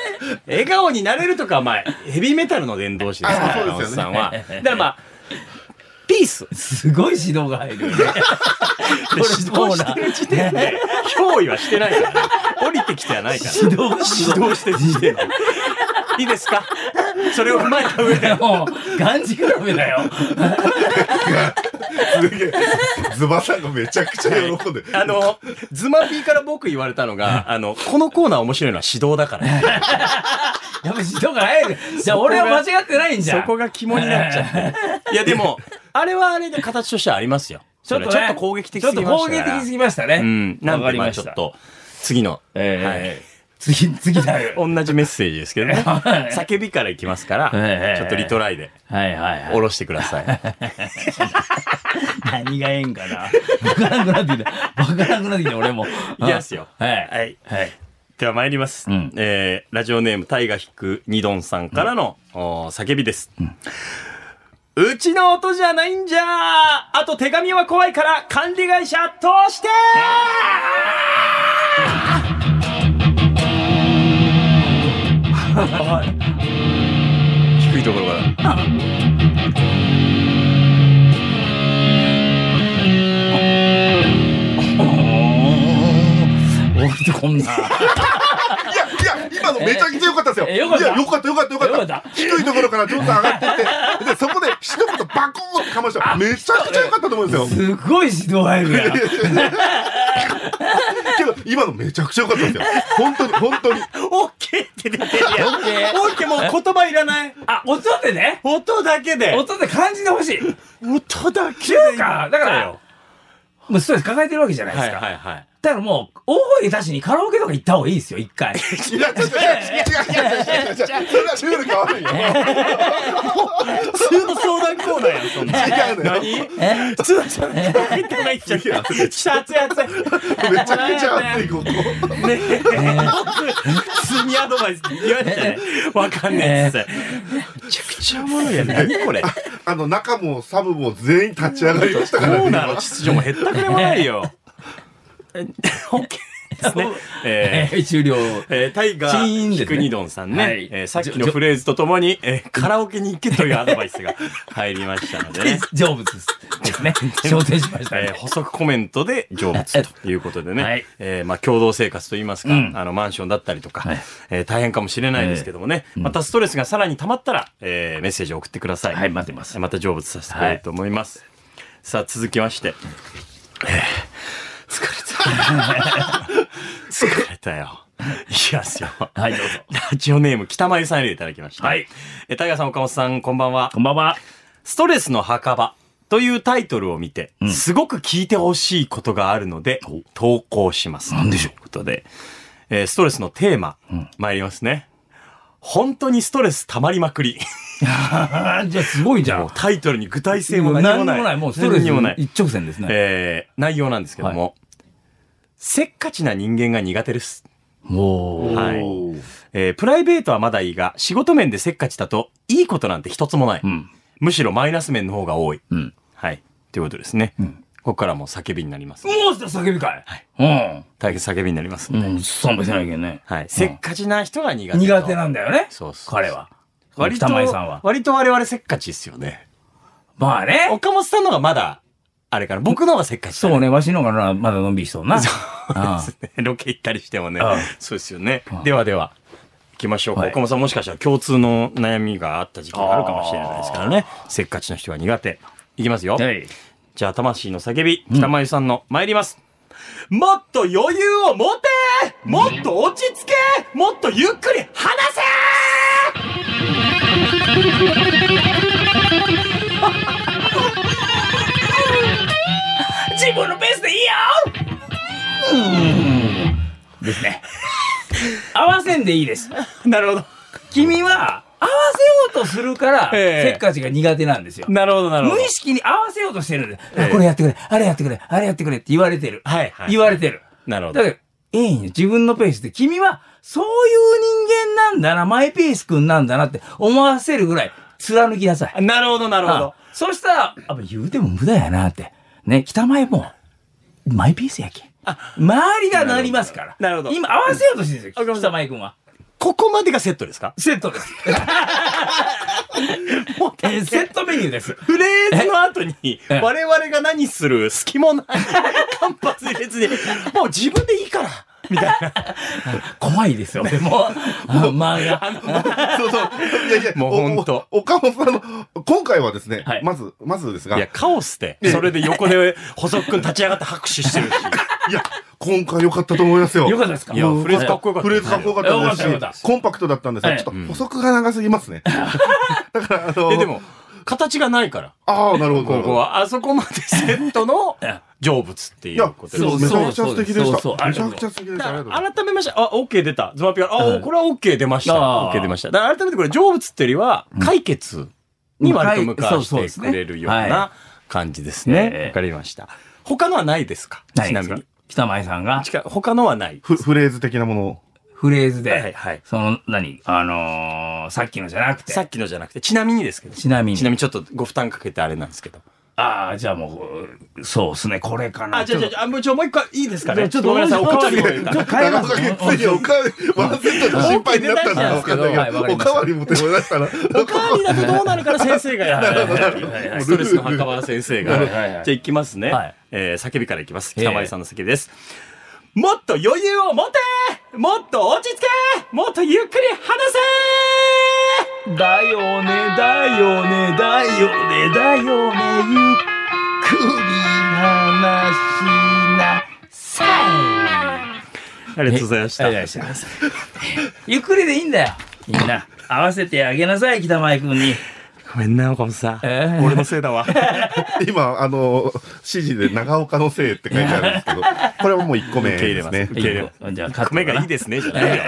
Speaker 3: 笑顔になれるとかは、まあ、ヘビーメタルの伝道師ですから、
Speaker 4: あそう
Speaker 3: 山
Speaker 4: で
Speaker 3: 本
Speaker 4: す
Speaker 3: さ
Speaker 4: よ
Speaker 3: ん
Speaker 4: ね
Speaker 3: は。だからまあ、ピース。
Speaker 2: すごい指導が入るよ ね
Speaker 3: 指導してる時点で、憑依はしてないから、ね、降りてきてはないから。
Speaker 2: 指導
Speaker 3: 指導してる時点で。いいですかそれを踏まえた上で。
Speaker 2: もうがんじがらめだよ
Speaker 4: すげえ。ズバさんがめちゃくちゃ喜んで。
Speaker 3: あの、ズマピーから僕言われたのが、あの、このコーナー面白いのは指導だから。
Speaker 2: やっぱ指導が入るじゃあ俺は間違ってないんじ
Speaker 3: そ
Speaker 2: ゃん
Speaker 3: こが肝になっちゃって。いや、でも、あれはあれで形としてはありますよ。
Speaker 2: ちょっとね
Speaker 3: それはちょっと攻撃的す
Speaker 2: ち
Speaker 3: ぎました
Speaker 2: ょっと攻撃的すぎ
Speaker 3: ぎ
Speaker 2: ましたね
Speaker 3: うん。なん
Speaker 2: わか
Speaker 3: で、
Speaker 2: り
Speaker 3: ま
Speaker 2: ま
Speaker 3: あ
Speaker 2: し
Speaker 3: ち
Speaker 2: た
Speaker 3: ょっと、次の、
Speaker 2: ええ
Speaker 3: はい
Speaker 2: 次、次だよ。
Speaker 3: 同じメッセージですけどね。叫びからいきますから、
Speaker 2: ええ
Speaker 3: ちょっとリトライで
Speaker 2: はいはいはい
Speaker 3: 下。ろしてください。
Speaker 2: 何がええんかな。わからなくなってきた。わからなくなってきた、俺も。
Speaker 3: いきますよ
Speaker 2: はい。
Speaker 3: はい
Speaker 2: はい。
Speaker 3: では参ります。
Speaker 2: うん
Speaker 3: えーラジオネーム、タイガ引くニドンさんからの、おー叫びです。うちの音じゃないんじゃーあと手紙は怖いから管理会社通して低いところから。
Speaker 2: おいとこんな。
Speaker 4: いや、いや、今のめちゃくちゃ良かったですよ。
Speaker 2: ええよかった
Speaker 4: いや、良かった、良かった、良か
Speaker 2: よか
Speaker 4: っ
Speaker 2: った
Speaker 4: た。低いところからどんどん上がっていって、で、そこで一言バコーンってかました。めちゃくちゃ良かったと思うんですよ。
Speaker 2: すごい指導入る やん。
Speaker 4: けど、今のめちゃくちゃ良かったですよ。本当に、本当に。
Speaker 3: オッケーって出てるやん。オッ
Speaker 2: ケー
Speaker 3: ケーもう言葉いらない。
Speaker 2: あ、音でね。
Speaker 3: 音だけで。
Speaker 2: 音で感じてほしい。
Speaker 3: 音だけ
Speaker 2: 中華、だから、もうストレス抱えてるわけじゃないで
Speaker 3: は
Speaker 2: す
Speaker 3: い
Speaker 2: か。
Speaker 3: はいはい。
Speaker 2: だからもう、大声出しにカラオケとか行った方がいいですよ、一回。
Speaker 4: いや、ちょっと、違う、違う、違う、違う、違う、違う、それはルール変わるよ。
Speaker 3: 普通の相談コーナーやん、そんな。
Speaker 4: 違うのよ。
Speaker 3: 何
Speaker 2: え
Speaker 3: 普通の相談コーナー行った方がいいんじゃん。ちょっと熱い熱い。
Speaker 4: めちゃくちゃ熱い、ここ。
Speaker 3: 普通にアドバイス言われ てね。わかんないっす。めちゃくちゃおもろいやん。何これ。
Speaker 4: あの、中もサブも全員立ち上がりました
Speaker 3: コ
Speaker 4: から
Speaker 3: ー
Speaker 4: ね。
Speaker 3: ナーの秩序も減ったくれもないよ。オッケーです ね。えー
Speaker 2: えー、終了。
Speaker 3: えー、タイガ
Speaker 2: チーンで
Speaker 3: ー、
Speaker 2: すね
Speaker 3: ヒクニドンさんね、
Speaker 2: はい
Speaker 3: えーさっきのフレーズとともに、 えーカラオケに行けというアドバイスが入りましたのでね、
Speaker 2: 成仏ですね。昇天しました
Speaker 3: えー
Speaker 2: ね。
Speaker 3: 補足コメントで成仏ということでね、
Speaker 2: はい
Speaker 3: えーまあ、共同生活といいますか、
Speaker 2: うん
Speaker 3: あのマンションだったりとか、
Speaker 2: はい
Speaker 3: えー大変かもしれないですけどもね、またストレスがさらに溜まったら、えーメッセージを送ってください。
Speaker 2: はい待ってます
Speaker 3: えーまた成仏させてくれると思います。さあ、続きまして。 えー疲れた。疲れたよ。いきますよ。
Speaker 2: はい、どうぞ。
Speaker 3: ラジオネーム、北前さんよりいただきました。
Speaker 2: はい。
Speaker 3: え、タイガーさん、岡本さん、こんばんは
Speaker 2: こ。んばんは。
Speaker 3: ストレスの墓場というタイトルを見て、
Speaker 2: ん
Speaker 3: すごく聞いてほしいことがあるので、投稿します。
Speaker 2: なんでしょう
Speaker 3: ということで、えーストレスのテーマ、参りますね。本当にストレス溜まりまくり。
Speaker 2: あーじゃあすごいじゃん。も
Speaker 3: タイトルに具体性も
Speaker 2: う何にも
Speaker 3: 何もない。
Speaker 2: ない。もうストレス
Speaker 3: 何にもない。
Speaker 2: 一直線ですね。
Speaker 3: えー内容なんですけども、せっかちな人間が苦手です。
Speaker 2: もう、
Speaker 3: はいえープライベートはまだいいが、仕事面でせっかちだと、いいことなんて一つもない。
Speaker 2: うん。
Speaker 3: むしろマイナス面の方が多い。
Speaker 2: うん。
Speaker 3: はい。ということですね。ここからもう叫びになります。
Speaker 2: もう叫びかい。はい。
Speaker 3: 大変叫びになります。
Speaker 2: うん。うん、散歩してないけどね。
Speaker 3: はい。せっかちな人が苦手と。
Speaker 2: 苦手なんだよね。
Speaker 3: そうそう
Speaker 2: 彼は。
Speaker 3: 割と、
Speaker 2: 北前さんは。
Speaker 3: 割と我々せっかちですよね。
Speaker 2: まあね。
Speaker 3: 岡本さんのがまだ、あれから、僕のがせっかちだ
Speaker 2: そうね、わしの方がなまだのんびりしそうな。ああ
Speaker 3: ね。 ロケ行ったりしてもね
Speaker 2: うん。
Speaker 3: そうですよね。ではでは、行きましょうか。
Speaker 2: はい
Speaker 3: 岡本さんもしかしたら共通の悩みがあった時期があるかもしれないですからね。せっかちな人が苦手。いきますよ。
Speaker 2: はい。
Speaker 3: じゃあ、魂の叫び、北前さんの、参ります。もっと余裕を持てもっと落ち着けもっとゆっくり話せ
Speaker 2: 自分のペースでいいようん。ですね。合わせんでいいです。
Speaker 3: なるほど。
Speaker 2: 君は合わせようとするから、
Speaker 3: ええ
Speaker 2: せっかちが苦手なんですよ。
Speaker 3: なるほど、なるほ
Speaker 2: 無
Speaker 3: ど
Speaker 2: 意。識に合わせようとしてるんで、
Speaker 3: ええ
Speaker 2: あこれやってくれ、あれやってくれ、あれやってくれって言われてる。
Speaker 3: はいはい
Speaker 2: 言われてる。
Speaker 3: なるほど
Speaker 2: だから、いいんよ。自分のペースで。君は、そういう人間なんだな、マイペース君なんだなって思わせるぐらい、貫きなさい。
Speaker 3: なるほど、なるほど
Speaker 2: あ。そしたら、あ言うても無駄やなって。ね、北前も、マイペースやけん。周りがなりますから。
Speaker 3: なるほどなるほど
Speaker 2: 今合わせようとしてるんです
Speaker 3: わかり
Speaker 2: よ、
Speaker 3: ました
Speaker 2: 北前君は。
Speaker 3: ここまでがセットですか
Speaker 2: セットです。 えーセットメニューです。
Speaker 3: フレーズの後に、
Speaker 2: え
Speaker 3: 我々が何する隙もない。間髪入れ ずに、もう自分でいいから。みたいな。
Speaker 2: 怖いですよ、でも。 あの間が。
Speaker 4: そうそう。いやいや、
Speaker 3: もう
Speaker 4: お
Speaker 3: ほんと
Speaker 4: お岡本さんの、今回はですね
Speaker 2: はい、
Speaker 4: まず、まずですが、
Speaker 3: いや、
Speaker 4: い
Speaker 3: カオスで。それで横で、細くん立ち上がって拍手してるし。
Speaker 4: や、今回良かったと思いますよ。
Speaker 2: よかったですか
Speaker 3: いや、フレーズかっこよかった。
Speaker 4: フレーズかっこよかったです
Speaker 2: よかったよかった
Speaker 4: し、コンパクトだったんですが、
Speaker 2: ええ
Speaker 4: ちょっと補足が長すぎますね。だから、あ
Speaker 3: え、
Speaker 4: の、
Speaker 3: でも、形がないから。
Speaker 4: ああ、なるほど。
Speaker 3: ここは、あそこまでセットの成仏って
Speaker 4: い
Speaker 3: い
Speaker 4: や
Speaker 3: う、こと
Speaker 4: そう
Speaker 3: で
Speaker 4: め
Speaker 3: す。
Speaker 4: ちゃくちゃ素敵で
Speaker 2: そ
Speaker 4: し
Speaker 2: うそうそうそう
Speaker 4: た。
Speaker 2: あ
Speaker 4: め
Speaker 2: り
Speaker 4: ち
Speaker 2: がと
Speaker 4: ゃ
Speaker 2: う
Speaker 4: くちゃ素敵でし
Speaker 3: だ
Speaker 4: た。ありがとうござ
Speaker 3: か
Speaker 4: いま
Speaker 3: ら
Speaker 4: す
Speaker 3: 改めまして、あ、OK 出た。ズマピア、あ、
Speaker 2: はい
Speaker 3: おこれは OK 出ました。
Speaker 2: あー
Speaker 3: OK 出ました。だから改めてこれ、成仏っていうよりは、解決に割と向か
Speaker 2: うん
Speaker 3: わ
Speaker 2: そうそうで
Speaker 3: して
Speaker 2: す
Speaker 3: く
Speaker 2: ね
Speaker 3: れるよう
Speaker 2: は
Speaker 3: な感じですね。わ、
Speaker 2: ええ
Speaker 3: かりました。他のはないですか
Speaker 2: ない
Speaker 3: ち
Speaker 2: で
Speaker 3: な
Speaker 2: す
Speaker 3: みに。
Speaker 2: 北前さんが
Speaker 3: 近い他のはない。
Speaker 4: フフレーズ的なものを。
Speaker 2: フレーズで、
Speaker 3: はいはい
Speaker 2: その、何あのーさっきのじゃなくて、
Speaker 3: さっきのじゃなくて、ちなみにですけど。
Speaker 2: ちなみに
Speaker 3: ちなみにちょっとご負担かけてあれなんですけど。
Speaker 2: ああ、じゃあもう、そうですね、これかな。
Speaker 3: あ、じゃあじゃあじゃあ、もうちょ、もう一回いいですか
Speaker 2: じゃ
Speaker 3: ね。
Speaker 2: あちょっと
Speaker 3: ごめんなさい、おかわりも入れた。
Speaker 2: ちょっと変えます
Speaker 4: なかなかついにおかわり、ワンセットが心配になったん
Speaker 2: はい
Speaker 4: ですけど、おかわりも手放したら、
Speaker 3: おかわりだとどうなるから先生がやる。はいはいストレスの墓場先生が。
Speaker 2: は
Speaker 3: じ
Speaker 2: いはい
Speaker 3: ゃ
Speaker 2: はい
Speaker 3: あ行きますね
Speaker 2: はい。
Speaker 3: えー叫びからいきます。
Speaker 2: ええ
Speaker 3: 北前さんの叫びです。もっと余裕を持てもっと落ち着けもっとゆっくり話
Speaker 2: だよね、だよね、だよね、だよね、ゆっくり話しなさ
Speaker 3: せありがとうございまし
Speaker 2: い。
Speaker 3: た。
Speaker 2: ゆっくりでいいんだよ。みんな、合わせてあげなさい、北前君に。
Speaker 3: ごめんな、岡本さん。
Speaker 2: えー
Speaker 3: 俺のせい だわ。
Speaker 4: 今、あの、指示で長岡のせいって書いてあるんですけど、これはもう1個目
Speaker 3: 受け入れ
Speaker 4: で
Speaker 3: ますす
Speaker 4: ね。
Speaker 3: 受け入れま
Speaker 2: じゃあ、
Speaker 3: す。米がいい
Speaker 2: で。
Speaker 3: ですね、じゃないよ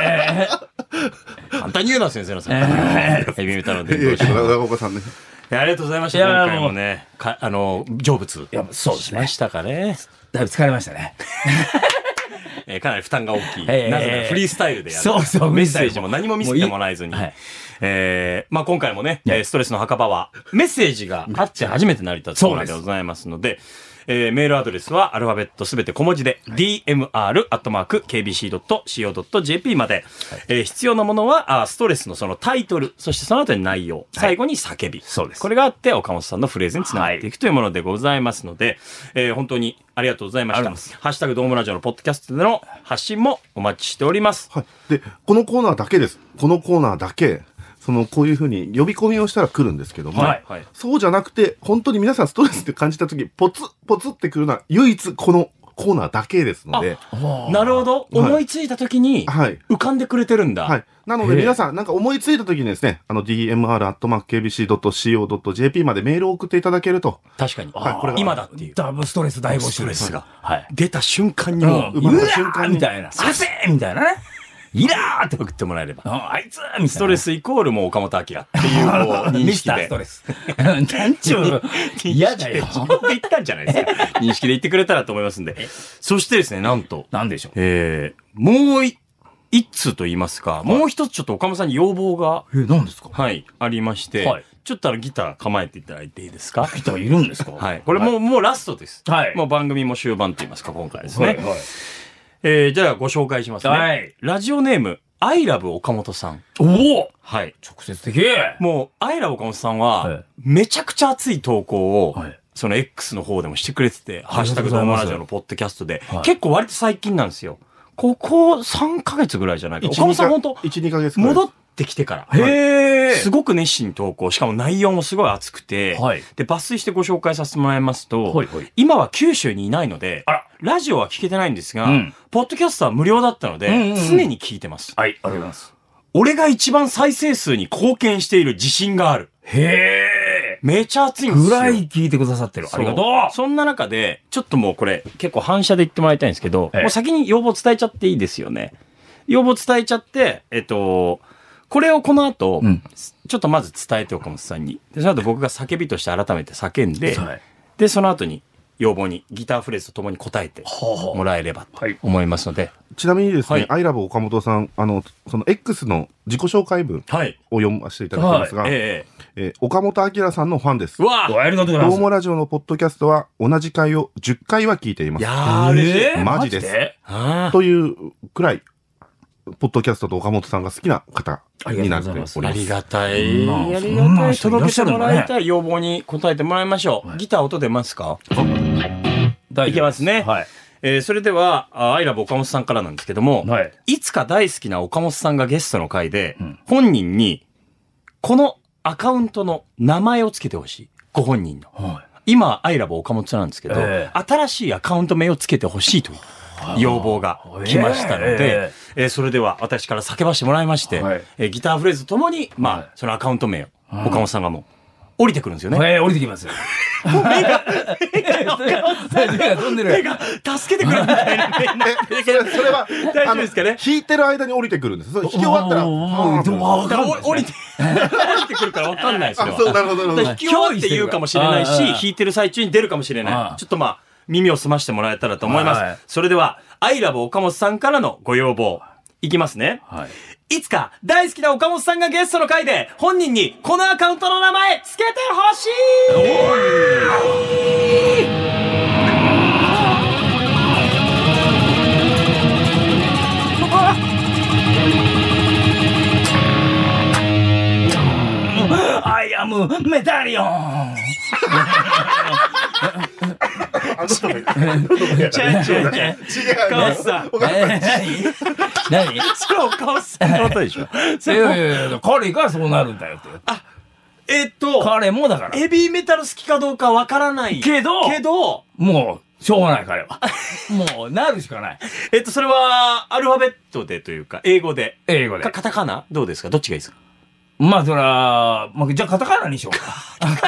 Speaker 3: 簡単に言うな、先生のせい。ヘビメタルの伝
Speaker 4: い
Speaker 3: 道
Speaker 4: やいや
Speaker 3: 師
Speaker 4: 長岡さんね。
Speaker 3: いやありがとうございました。
Speaker 2: いや
Speaker 3: 今回もね、かあの、成仏。
Speaker 2: やっぱそうです
Speaker 3: し
Speaker 2: ね
Speaker 3: ましたかね。
Speaker 2: だいぶ疲れましたね。
Speaker 3: えーかなり負担が大きい。
Speaker 2: ええ
Speaker 3: なぜならフリースタイルでやる。
Speaker 2: そうそう
Speaker 3: メッセージも何も見せてもらえずに。
Speaker 2: もういいはい
Speaker 3: えーまあ今回もね、えーストレスの墓場は、メッセージがあって初めて成り立つコーナーでございますので、えーメールアドレスはアルファベットすべて小文字で、dmr.kbc.co.jp まで、えー必要なものはあーストレスのそのタイトル、そしてその後に内容、最後に叫び。
Speaker 2: そうです
Speaker 3: これがあって、岡本さんのフレーズにつながっていくというものでございますので、えー本当にありがとうございまし
Speaker 2: あり
Speaker 3: た。
Speaker 2: がとうございます
Speaker 3: ハッシュタグドームラジオのポッドキャストでの発信もお待ちしております。
Speaker 4: はい。で、このコーナーだけです。このコーナーだけ、その、こういうふうに呼び込みをしたら来るんですけども、
Speaker 2: はい
Speaker 3: はい。
Speaker 4: そうじゃなくて、本当に皆さんストレスって感じた時、ポツ、ポツって来るのは唯一このコーナーだけですので、
Speaker 3: なるほど。思いついた時に
Speaker 4: はい
Speaker 3: 浮かんでくれてるんだ。
Speaker 4: はい。なので皆さん、なんか思いついた時にですね、あの、dmr.kbc.co.jp までメールを送っていただけると、
Speaker 3: 確かに、
Speaker 4: はいこれが
Speaker 3: 今だっていう。
Speaker 2: ダブルストレス大募集。
Speaker 3: ストレスが
Speaker 2: はい。
Speaker 3: 出た瞬間に
Speaker 2: う
Speaker 3: も
Speaker 2: ん、
Speaker 3: う
Speaker 4: 生まれた
Speaker 2: う
Speaker 4: 瞬
Speaker 2: わ
Speaker 4: 間
Speaker 2: ー
Speaker 4: に
Speaker 2: みたいな。汗みたいなね。イラーって。
Speaker 3: 送ってもらえれば。
Speaker 2: ああいつみたいな。
Speaker 3: ストレ
Speaker 2: ス。
Speaker 3: スイコールもう岡本明っていうこう認
Speaker 2: ミス
Speaker 3: 識
Speaker 2: タース
Speaker 3: で
Speaker 2: ト。レス。なんちゅう。嫌だ よ。
Speaker 3: 自分で言ったんじゃないですか。認識で言ってくれたらと思いますんで。そしてですね、なんと、
Speaker 2: なんでしょう。
Speaker 3: えー、もうい一通と言いますか、もう一つちょっと岡本さんに要望が、
Speaker 2: え、なんですか
Speaker 3: はい、ありまして、
Speaker 2: はい
Speaker 3: ちょっとあのギター構えていただいていいですか
Speaker 2: 人いるんですか
Speaker 3: はい。これもう、もうラストです。
Speaker 2: はい
Speaker 3: もう番組も終盤と言いますか、今回です
Speaker 2: は
Speaker 3: ね。
Speaker 2: いはい
Speaker 3: えー、じゃあご紹介しますね。
Speaker 2: はい
Speaker 3: ラジオネーム、アイラブ岡本さん。
Speaker 2: おお
Speaker 3: はい。
Speaker 2: 直接的
Speaker 3: もう、アイラブ岡本さんは、
Speaker 2: はい
Speaker 3: めちゃくちゃ熱い投稿を、
Speaker 2: はい
Speaker 3: その X の方でもしてくれてて、ハッ
Speaker 2: り
Speaker 3: シュ
Speaker 2: が
Speaker 3: タ
Speaker 2: とうござい
Speaker 3: グドーム
Speaker 2: ます
Speaker 3: ラジオのポッドキャストで、
Speaker 2: はい
Speaker 3: 結構割と最近なんですよ。ここ3ヶ月ぐらいじゃないか。岡本さん本当
Speaker 4: 1、2ヶ月くらい
Speaker 3: 戻ってきてから。
Speaker 2: へ
Speaker 3: すごく熱心に投稿、しかも内容もすごい熱くて、
Speaker 2: はい
Speaker 3: で、抜粋してご紹介させてもらいますと、
Speaker 2: はいはい
Speaker 3: 今は九州にいないので
Speaker 2: あら、
Speaker 3: ラジオは聞けてないんですが、
Speaker 2: うん
Speaker 3: ポッドキャストは無料だったので、
Speaker 2: うんうんうん
Speaker 3: 常に聞いてます。
Speaker 2: はい、ありがとうございます。
Speaker 3: 俺が一番再生数に貢献している自信がある。
Speaker 2: へえ。
Speaker 3: めちゃ熱いんですよ。
Speaker 2: ぐらい聞いてくださってる。あ
Speaker 3: そう
Speaker 2: りがとう
Speaker 3: そんな中で、ちょっともうこれ、結構反射で言ってもらいたいんですけど、
Speaker 2: ええ
Speaker 3: もう先に要望伝えちゃっていいですよね。要望伝えちゃって、えっと、これをこの後、
Speaker 2: うん
Speaker 3: ちょっとまず伝えて岡本さんに。で、その後僕が叫びとして改めて叫んで、
Speaker 2: はい
Speaker 3: で、その後に要望にギターフレーズとともに答えて
Speaker 2: ほうほう
Speaker 3: もらえればと
Speaker 2: はい
Speaker 3: 思いますので、
Speaker 4: ちなみにです
Speaker 3: は
Speaker 4: ね
Speaker 3: い、
Speaker 4: アイラブ岡本さん、あの、その X の自己紹介文
Speaker 3: はい。
Speaker 4: を読ませていただきますが、
Speaker 3: ええ
Speaker 4: えー岡本明さんのファンです。
Speaker 3: う
Speaker 4: ロ
Speaker 3: わ
Speaker 2: ありがとうございま
Speaker 4: ー
Speaker 2: す。
Speaker 4: モラジオのポッドキャストは同じ回を10回は聞いています。
Speaker 3: やー、嬉しい。
Speaker 2: えー
Speaker 4: マジです
Speaker 3: あー
Speaker 4: というくらい、ポッドキャストと岡本さんが好きな方になっております。
Speaker 2: ありがとうござい
Speaker 3: あ
Speaker 2: ます
Speaker 3: りがたい。
Speaker 2: まあ
Speaker 3: あり
Speaker 2: そん
Speaker 3: がた。
Speaker 2: ない人いら
Speaker 3: 届
Speaker 2: っ
Speaker 3: け
Speaker 2: しゃ
Speaker 3: て
Speaker 2: る
Speaker 3: も
Speaker 2: んだね
Speaker 3: らいたい要望に応えてもらいましょう。ギター音出ますか
Speaker 2: 大丈夫
Speaker 3: いけますね
Speaker 2: はい。
Speaker 3: えーそれでは、あアイラブ岡本さんからなんですけども、
Speaker 2: はい
Speaker 3: い、つか大好きな岡本さんがゲストの回で、
Speaker 2: うん
Speaker 3: 本人に、このアカウントの名前をつけてほしい。ご本人の。
Speaker 2: は
Speaker 3: 今、アイラブ岡本さんなんですけど、
Speaker 2: ええ
Speaker 3: 新しいアカウント名をつけてほしいという要望が来ましたので、え
Speaker 2: え
Speaker 3: ーそれでは私から叫ばしてもらいまして、
Speaker 2: はい
Speaker 3: えーギターフレーズともに、まあ、
Speaker 2: はい
Speaker 3: そのアカウント名を、
Speaker 2: うん
Speaker 3: 岡本さんがもう、降りてくるんですよね。
Speaker 2: えー、降りてきますよ。目が飛んでる。
Speaker 3: 助けてくれみたいな目にな ってるけど。
Speaker 4: えそれは
Speaker 3: 大丈夫ですかね
Speaker 4: あの弾いてる間に降りてくるんです。それ弾き終わったら、
Speaker 2: もう、でも、わかんない。
Speaker 3: 降りて、降りてくるから分かんないです
Speaker 4: あ
Speaker 3: よ。
Speaker 4: そうなるほどなるほ
Speaker 3: だか
Speaker 4: ど
Speaker 3: ら引き終わって言うかもしれないし、
Speaker 2: はい
Speaker 3: 弾いてる最中に出るかもしれ
Speaker 2: は
Speaker 3: ないい。ちょっとまあ、耳を澄ましてもらえたらと思います。
Speaker 2: はい
Speaker 3: それでは、アイラブ岡本さんからのご要望、いきますね。
Speaker 2: はい。
Speaker 3: いつか大好きな岡本さんがゲストの回で本人にこのアカウントの名前つけてほしい
Speaker 2: アイアムメタリオン
Speaker 4: あの人が違う違う違う。
Speaker 3: 岡本さん。
Speaker 2: 何
Speaker 3: それは岡本さんのことでしょ
Speaker 2: いやいやいや、彼がそうなるんだよって。
Speaker 3: えっと、
Speaker 2: 彼もだから。
Speaker 3: ヘビーメタル好きかどうかわからない。
Speaker 2: けど
Speaker 3: けど、
Speaker 2: もう、しょうがない彼は。もう、なるしかない。
Speaker 3: えっと、それはアルファベットでというか、英語で。
Speaker 2: 英語
Speaker 3: か
Speaker 2: で。
Speaker 3: カタカナどうですかどっちがいいですか
Speaker 2: まあ、そら、まあ、じゃあカタカナにしようか。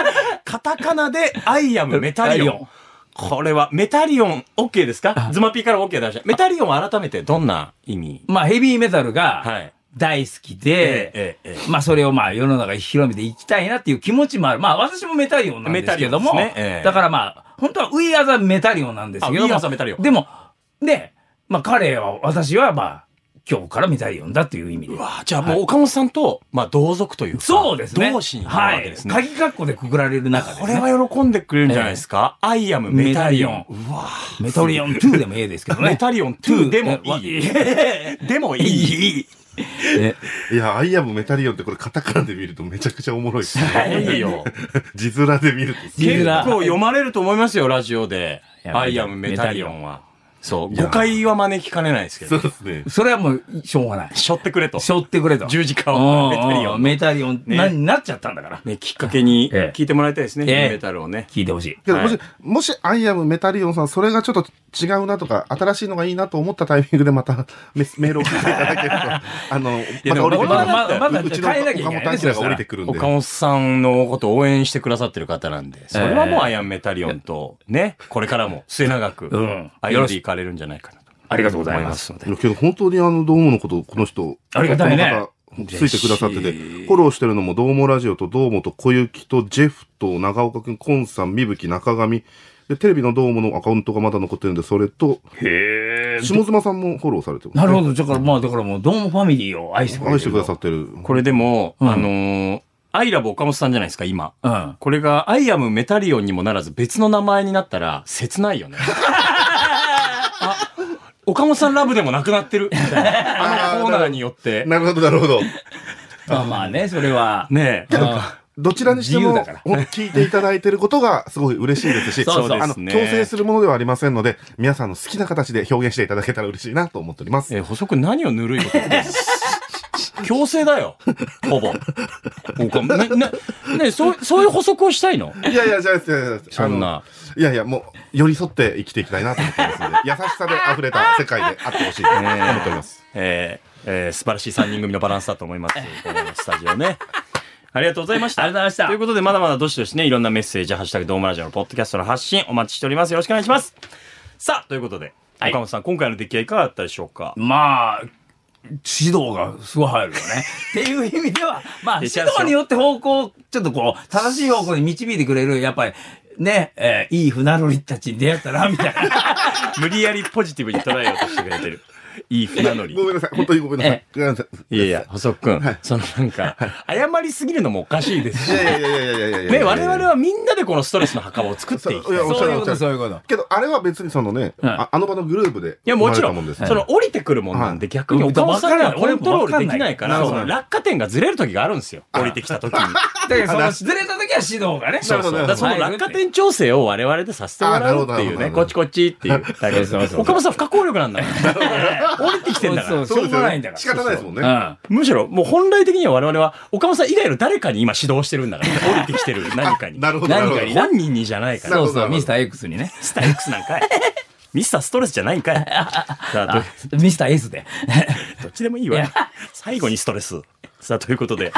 Speaker 3: カタカナで、アイアムメタリ
Speaker 2: メ
Speaker 3: オ
Speaker 2: タリオ
Speaker 3: ン
Speaker 2: ン。
Speaker 3: これは、メタリオン、OK ですかズマピーから OK 出ました。メタリオンは改めてどんな意味
Speaker 2: まあ、ヘビーメタル
Speaker 3: は
Speaker 2: が
Speaker 3: い、
Speaker 2: 大好きで、
Speaker 3: えええ
Speaker 2: まあ、それをまあ、世の中に広めていきたいなっていう気持ちもある。まあ、私もメタリオンなんですけども、
Speaker 3: メタリオンですねええ
Speaker 2: だからまあ、本当は We are the メタリオンなんですけども、
Speaker 3: あ We are the メタリオン
Speaker 2: でも、ね、まあ、彼は、私はまあ、今日からメタリオンだという意味で
Speaker 3: う。わじゃあもう岡本さんと、まあ同族というか。
Speaker 2: そうですね。
Speaker 3: 同志になる
Speaker 2: は
Speaker 3: わけ
Speaker 2: い
Speaker 3: です。ね。
Speaker 2: 鍵括弧でくぐられる中で、ね。
Speaker 3: これは喜んでくれるんじゃないですか、アイアムメタリオン。うわ
Speaker 2: メタリオン2でもええですけどね。
Speaker 3: メタリオン2でもいい。でもいい。
Speaker 4: いや、アイアムメタリオンってこれカタカナで見るとめちゃくちゃおもろいで す
Speaker 3: い
Speaker 4: ね。
Speaker 3: いよ。
Speaker 4: 字面で見るとすげえ
Speaker 3: 結構読まれると思いますよ、ラジオで。
Speaker 2: や
Speaker 3: アイアムメタリオンは。そう。
Speaker 4: や
Speaker 3: 誤解は招きかねないですけ
Speaker 4: そ
Speaker 3: ど
Speaker 4: う。ですね。
Speaker 2: それはもう、しょうが ない。
Speaker 3: しょってくれと。
Speaker 2: 背負ってくれと。
Speaker 3: 十字架
Speaker 2: うん
Speaker 3: を。メタリオ
Speaker 2: うん
Speaker 3: ン。
Speaker 2: メタリオン、
Speaker 3: ね
Speaker 2: な、なっちゃったんだから。
Speaker 3: ね、きっかけに
Speaker 2: ええ
Speaker 3: 聞いてもらいたいですね、
Speaker 2: ええ
Speaker 3: メタルをね。
Speaker 2: 聞いてほしい。
Speaker 4: けども
Speaker 3: は
Speaker 4: し、もし、アイアムメタリオンさん、それがちょっと違うなとか、新しいのがいいなと思ったタイミングでまた メメールを送っていただける と、あの、また降りてくる。
Speaker 2: まだまだまだ
Speaker 4: うちの
Speaker 2: 変えなきゃいけないね
Speaker 4: 岡本明が降りてくるんで。
Speaker 3: 岡本さんのことを応援してくださってる方なんで、それはもうアイアンメタリオンと、ね、これからも 末永く
Speaker 2: うん、
Speaker 3: アイアンで行かれるんじゃないかなと
Speaker 2: ありがとうござ
Speaker 3: 思
Speaker 2: い
Speaker 3: いま
Speaker 2: ます。
Speaker 3: すので
Speaker 4: い。やけど本当にあの、どうものこと、この人、
Speaker 2: ありがたいね
Speaker 4: この方ついてくださってて、フォローしてるのも、どうもラジオと、どうもと、小雪と、ジェフと、長岡くん、コンさん、みぶき、中上、で、テレビのどうものアカウントがまだ残ってるんで、それと、下妻さんもフォローされてます、
Speaker 2: なるほど。だから、まあ、だからもう、ドームファミリーを愛してくれてる。
Speaker 4: 愛してくださってる。
Speaker 3: これでも、
Speaker 2: うん
Speaker 3: あのーアイラブ岡本さんじゃないですか、今。
Speaker 2: うん。
Speaker 3: これが、アイアムメタリオンにもならず別の名前になったら、切ない よね。あ、岡本さんラブでもなくなってる。みたい なあのコーナーによって。
Speaker 4: なるほど、なるほど。
Speaker 2: まあまあね、それは。
Speaker 3: ねえ。
Speaker 4: どちらにしても、
Speaker 2: 自由だから
Speaker 4: ほんと聞いていただいてることがすごい嬉しいですし、
Speaker 3: そうそう
Speaker 4: あ
Speaker 3: そうで
Speaker 4: の、
Speaker 3: すね
Speaker 4: 強制するものではありませんので、皆さんの好きな形で表現していただけたら嬉しいなと思っております。
Speaker 3: えー、補足何をぬるいこと言ってん の強制だよ。ほぼ。岡本ね、ね、ね、そう、そういう補足をしたいの
Speaker 4: いやいや、じゃあ、じゃあじゃあ
Speaker 3: そんな
Speaker 4: あのいやいや、もう、寄り添って生きていきたいなと思ってますので、優しさで溢れた世界であってほしいと思っております。
Speaker 3: えーえー素晴らしい3人組のバランスだと思います。このスタジオね。ありがとうございました。
Speaker 2: ありがとうございました
Speaker 3: ということで、まだまだどしどしね、いろんなメッセージ、ハッシュタグ、ドームラジオのポッドキャストの発信、お待ちしております。よろしくお願いします。さあ、ということで、
Speaker 2: はい
Speaker 3: 岡本さん、今回の出来はいかがだったでしょうか
Speaker 2: まあ、指導がすごい入るよね。 っていう意味では、まあ、指
Speaker 3: いや違うんですよ
Speaker 2: 導によって方向を、ちょっとこう、正しい方向に導いてくれる、やっぱり、ね、えーいい船乗りたちに出会ったな、みたいな。
Speaker 3: 無理やりポジティブに捉えようとしてくれてる。いい船乗り。
Speaker 4: ごめんなさい、本当にごめんなさい。ごめんなさい。
Speaker 3: いやいや、細くん、そのなんか、謝りすぎるのもおかしいですし。
Speaker 4: いやいやいやいやいやいやいや
Speaker 3: ね、我々はみんなでこのストレスの墓場を作っていきたい。
Speaker 4: や
Speaker 3: い
Speaker 4: おっし ゃ
Speaker 2: そう
Speaker 4: る
Speaker 2: いうこ
Speaker 4: おっしゃ
Speaker 2: と、
Speaker 4: る
Speaker 2: そういうこと。
Speaker 4: けど、あれは別にそのね、ああの場のグループで、
Speaker 3: や、もちろ
Speaker 4: 生まれたもんで
Speaker 3: ん、
Speaker 4: すね
Speaker 3: その降りてくるもんなんで逆に岡本さんがコントロールできないから、
Speaker 2: 俺もわ
Speaker 3: そ
Speaker 2: かんない
Speaker 3: の落下点がずれる時があるんですよ。降りてきた 時に。
Speaker 2: だからその、ずれた時は指導がね。
Speaker 4: なるほど
Speaker 3: だからその落下点調整を我々でさせてもらうっていう
Speaker 4: あなるほどなる
Speaker 3: ね、
Speaker 4: ほど
Speaker 3: こっちこっちっていう。 だけ
Speaker 2: そうそうそう
Speaker 3: 岡本さん不可抗力なんだから。降りてきてんだか
Speaker 2: そう
Speaker 3: ら。
Speaker 2: そ、
Speaker 4: そうう
Speaker 2: しょう
Speaker 4: です
Speaker 2: が
Speaker 4: よね
Speaker 2: ないんだから。
Speaker 4: 仕方ないですもんね
Speaker 2: うん。
Speaker 3: むしろ、もう本来的には我々は、岡本さん以外の誰かに今指導してるんだから。降りてきてる何かに。
Speaker 4: なるほど、なるほど。
Speaker 2: 何
Speaker 3: 本人にじゃないから。
Speaker 2: そう
Speaker 4: なるほどな
Speaker 2: そう、
Speaker 4: るほど
Speaker 2: ミスター X にね。
Speaker 3: スター X なんかい。ミスターストレスじゃないんかい。さあと
Speaker 2: あミスター S で。
Speaker 3: どっちでもいいわ。最後にストレス。さあ、ということで、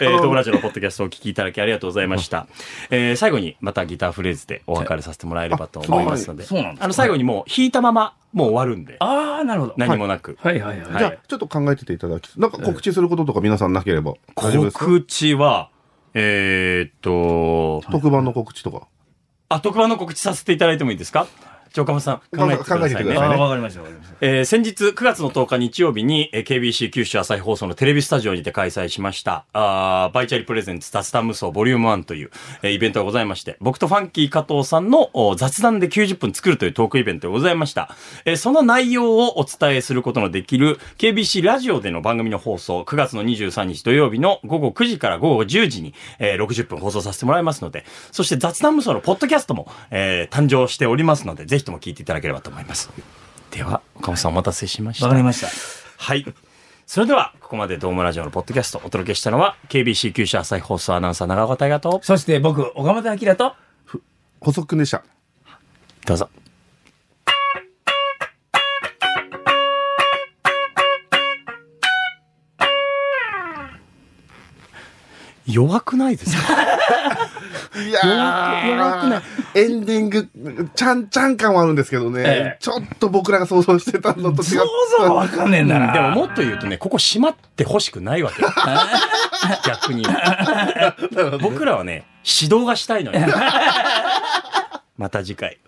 Speaker 3: え
Speaker 4: あの
Speaker 3: ー、友達のポッドキャストをお聞きいただきありがとうございました。えー最後にまたギターフレーズでお別れさせてもらえればと思いますので、
Speaker 2: あそうなんですか
Speaker 3: あの、最後にもう弾いたままもう終わるんで、
Speaker 2: ああ、なるほど。
Speaker 3: 何もなく。
Speaker 2: はいはいはい。
Speaker 4: じゃあ、ちょっと考えてていただき、なんか告知することとか皆さんなければ。大丈夫ですか
Speaker 3: 告知は、えーっと、
Speaker 4: 特番の告知とか。
Speaker 3: あ、特番の告知させていただいてもいいですかじゃあ岡本さん、考えてくだ
Speaker 4: 考え
Speaker 3: さ
Speaker 4: て
Speaker 3: いね
Speaker 4: ください。
Speaker 2: あ
Speaker 4: ね
Speaker 2: あ、わかりましたわかりました。
Speaker 3: えー先日9月の10日日曜日に、えー KBC 九州朝日放送のテレビスタジオにて開催しました、あーバイチャリプレゼンツ雑談無双ボリューム1という、えーイベントがございまして、僕とファンキー加藤さんのお雑談で90分作るというトークイベントがございました。えーその内容をお伝えすることのできる KBC ラジオでの番組の放送、9月の23日土曜日の午後9時から午後10時に、えー60分放送させてもらいますので、そして雑談無双のポッドキャストも、えー誕生しておりますので、ぜひとも聞いていただければと思います。では、岡本さんお待たせしました。
Speaker 2: わかりました。
Speaker 3: はい。それでは、ここまでドームラジオのポッドキャストお届けしたのは、KBC 九州朝日放送アナウンサー長岡大和と、
Speaker 2: そして僕、岡本明と、
Speaker 4: 補足でした。
Speaker 3: どうぞ。弱くないですか
Speaker 4: いやー、エンディング、ちゃんちゃん感はあるんですけどね、
Speaker 2: ええ
Speaker 4: ちょっと僕らが想像してたのと違
Speaker 2: 想
Speaker 4: った。
Speaker 2: 像わかんねえんだな。
Speaker 3: でももっと言うとね、ここ閉まってほしくな いわけ。逆に。 僕らはね、指導がしたいのよ。また次回。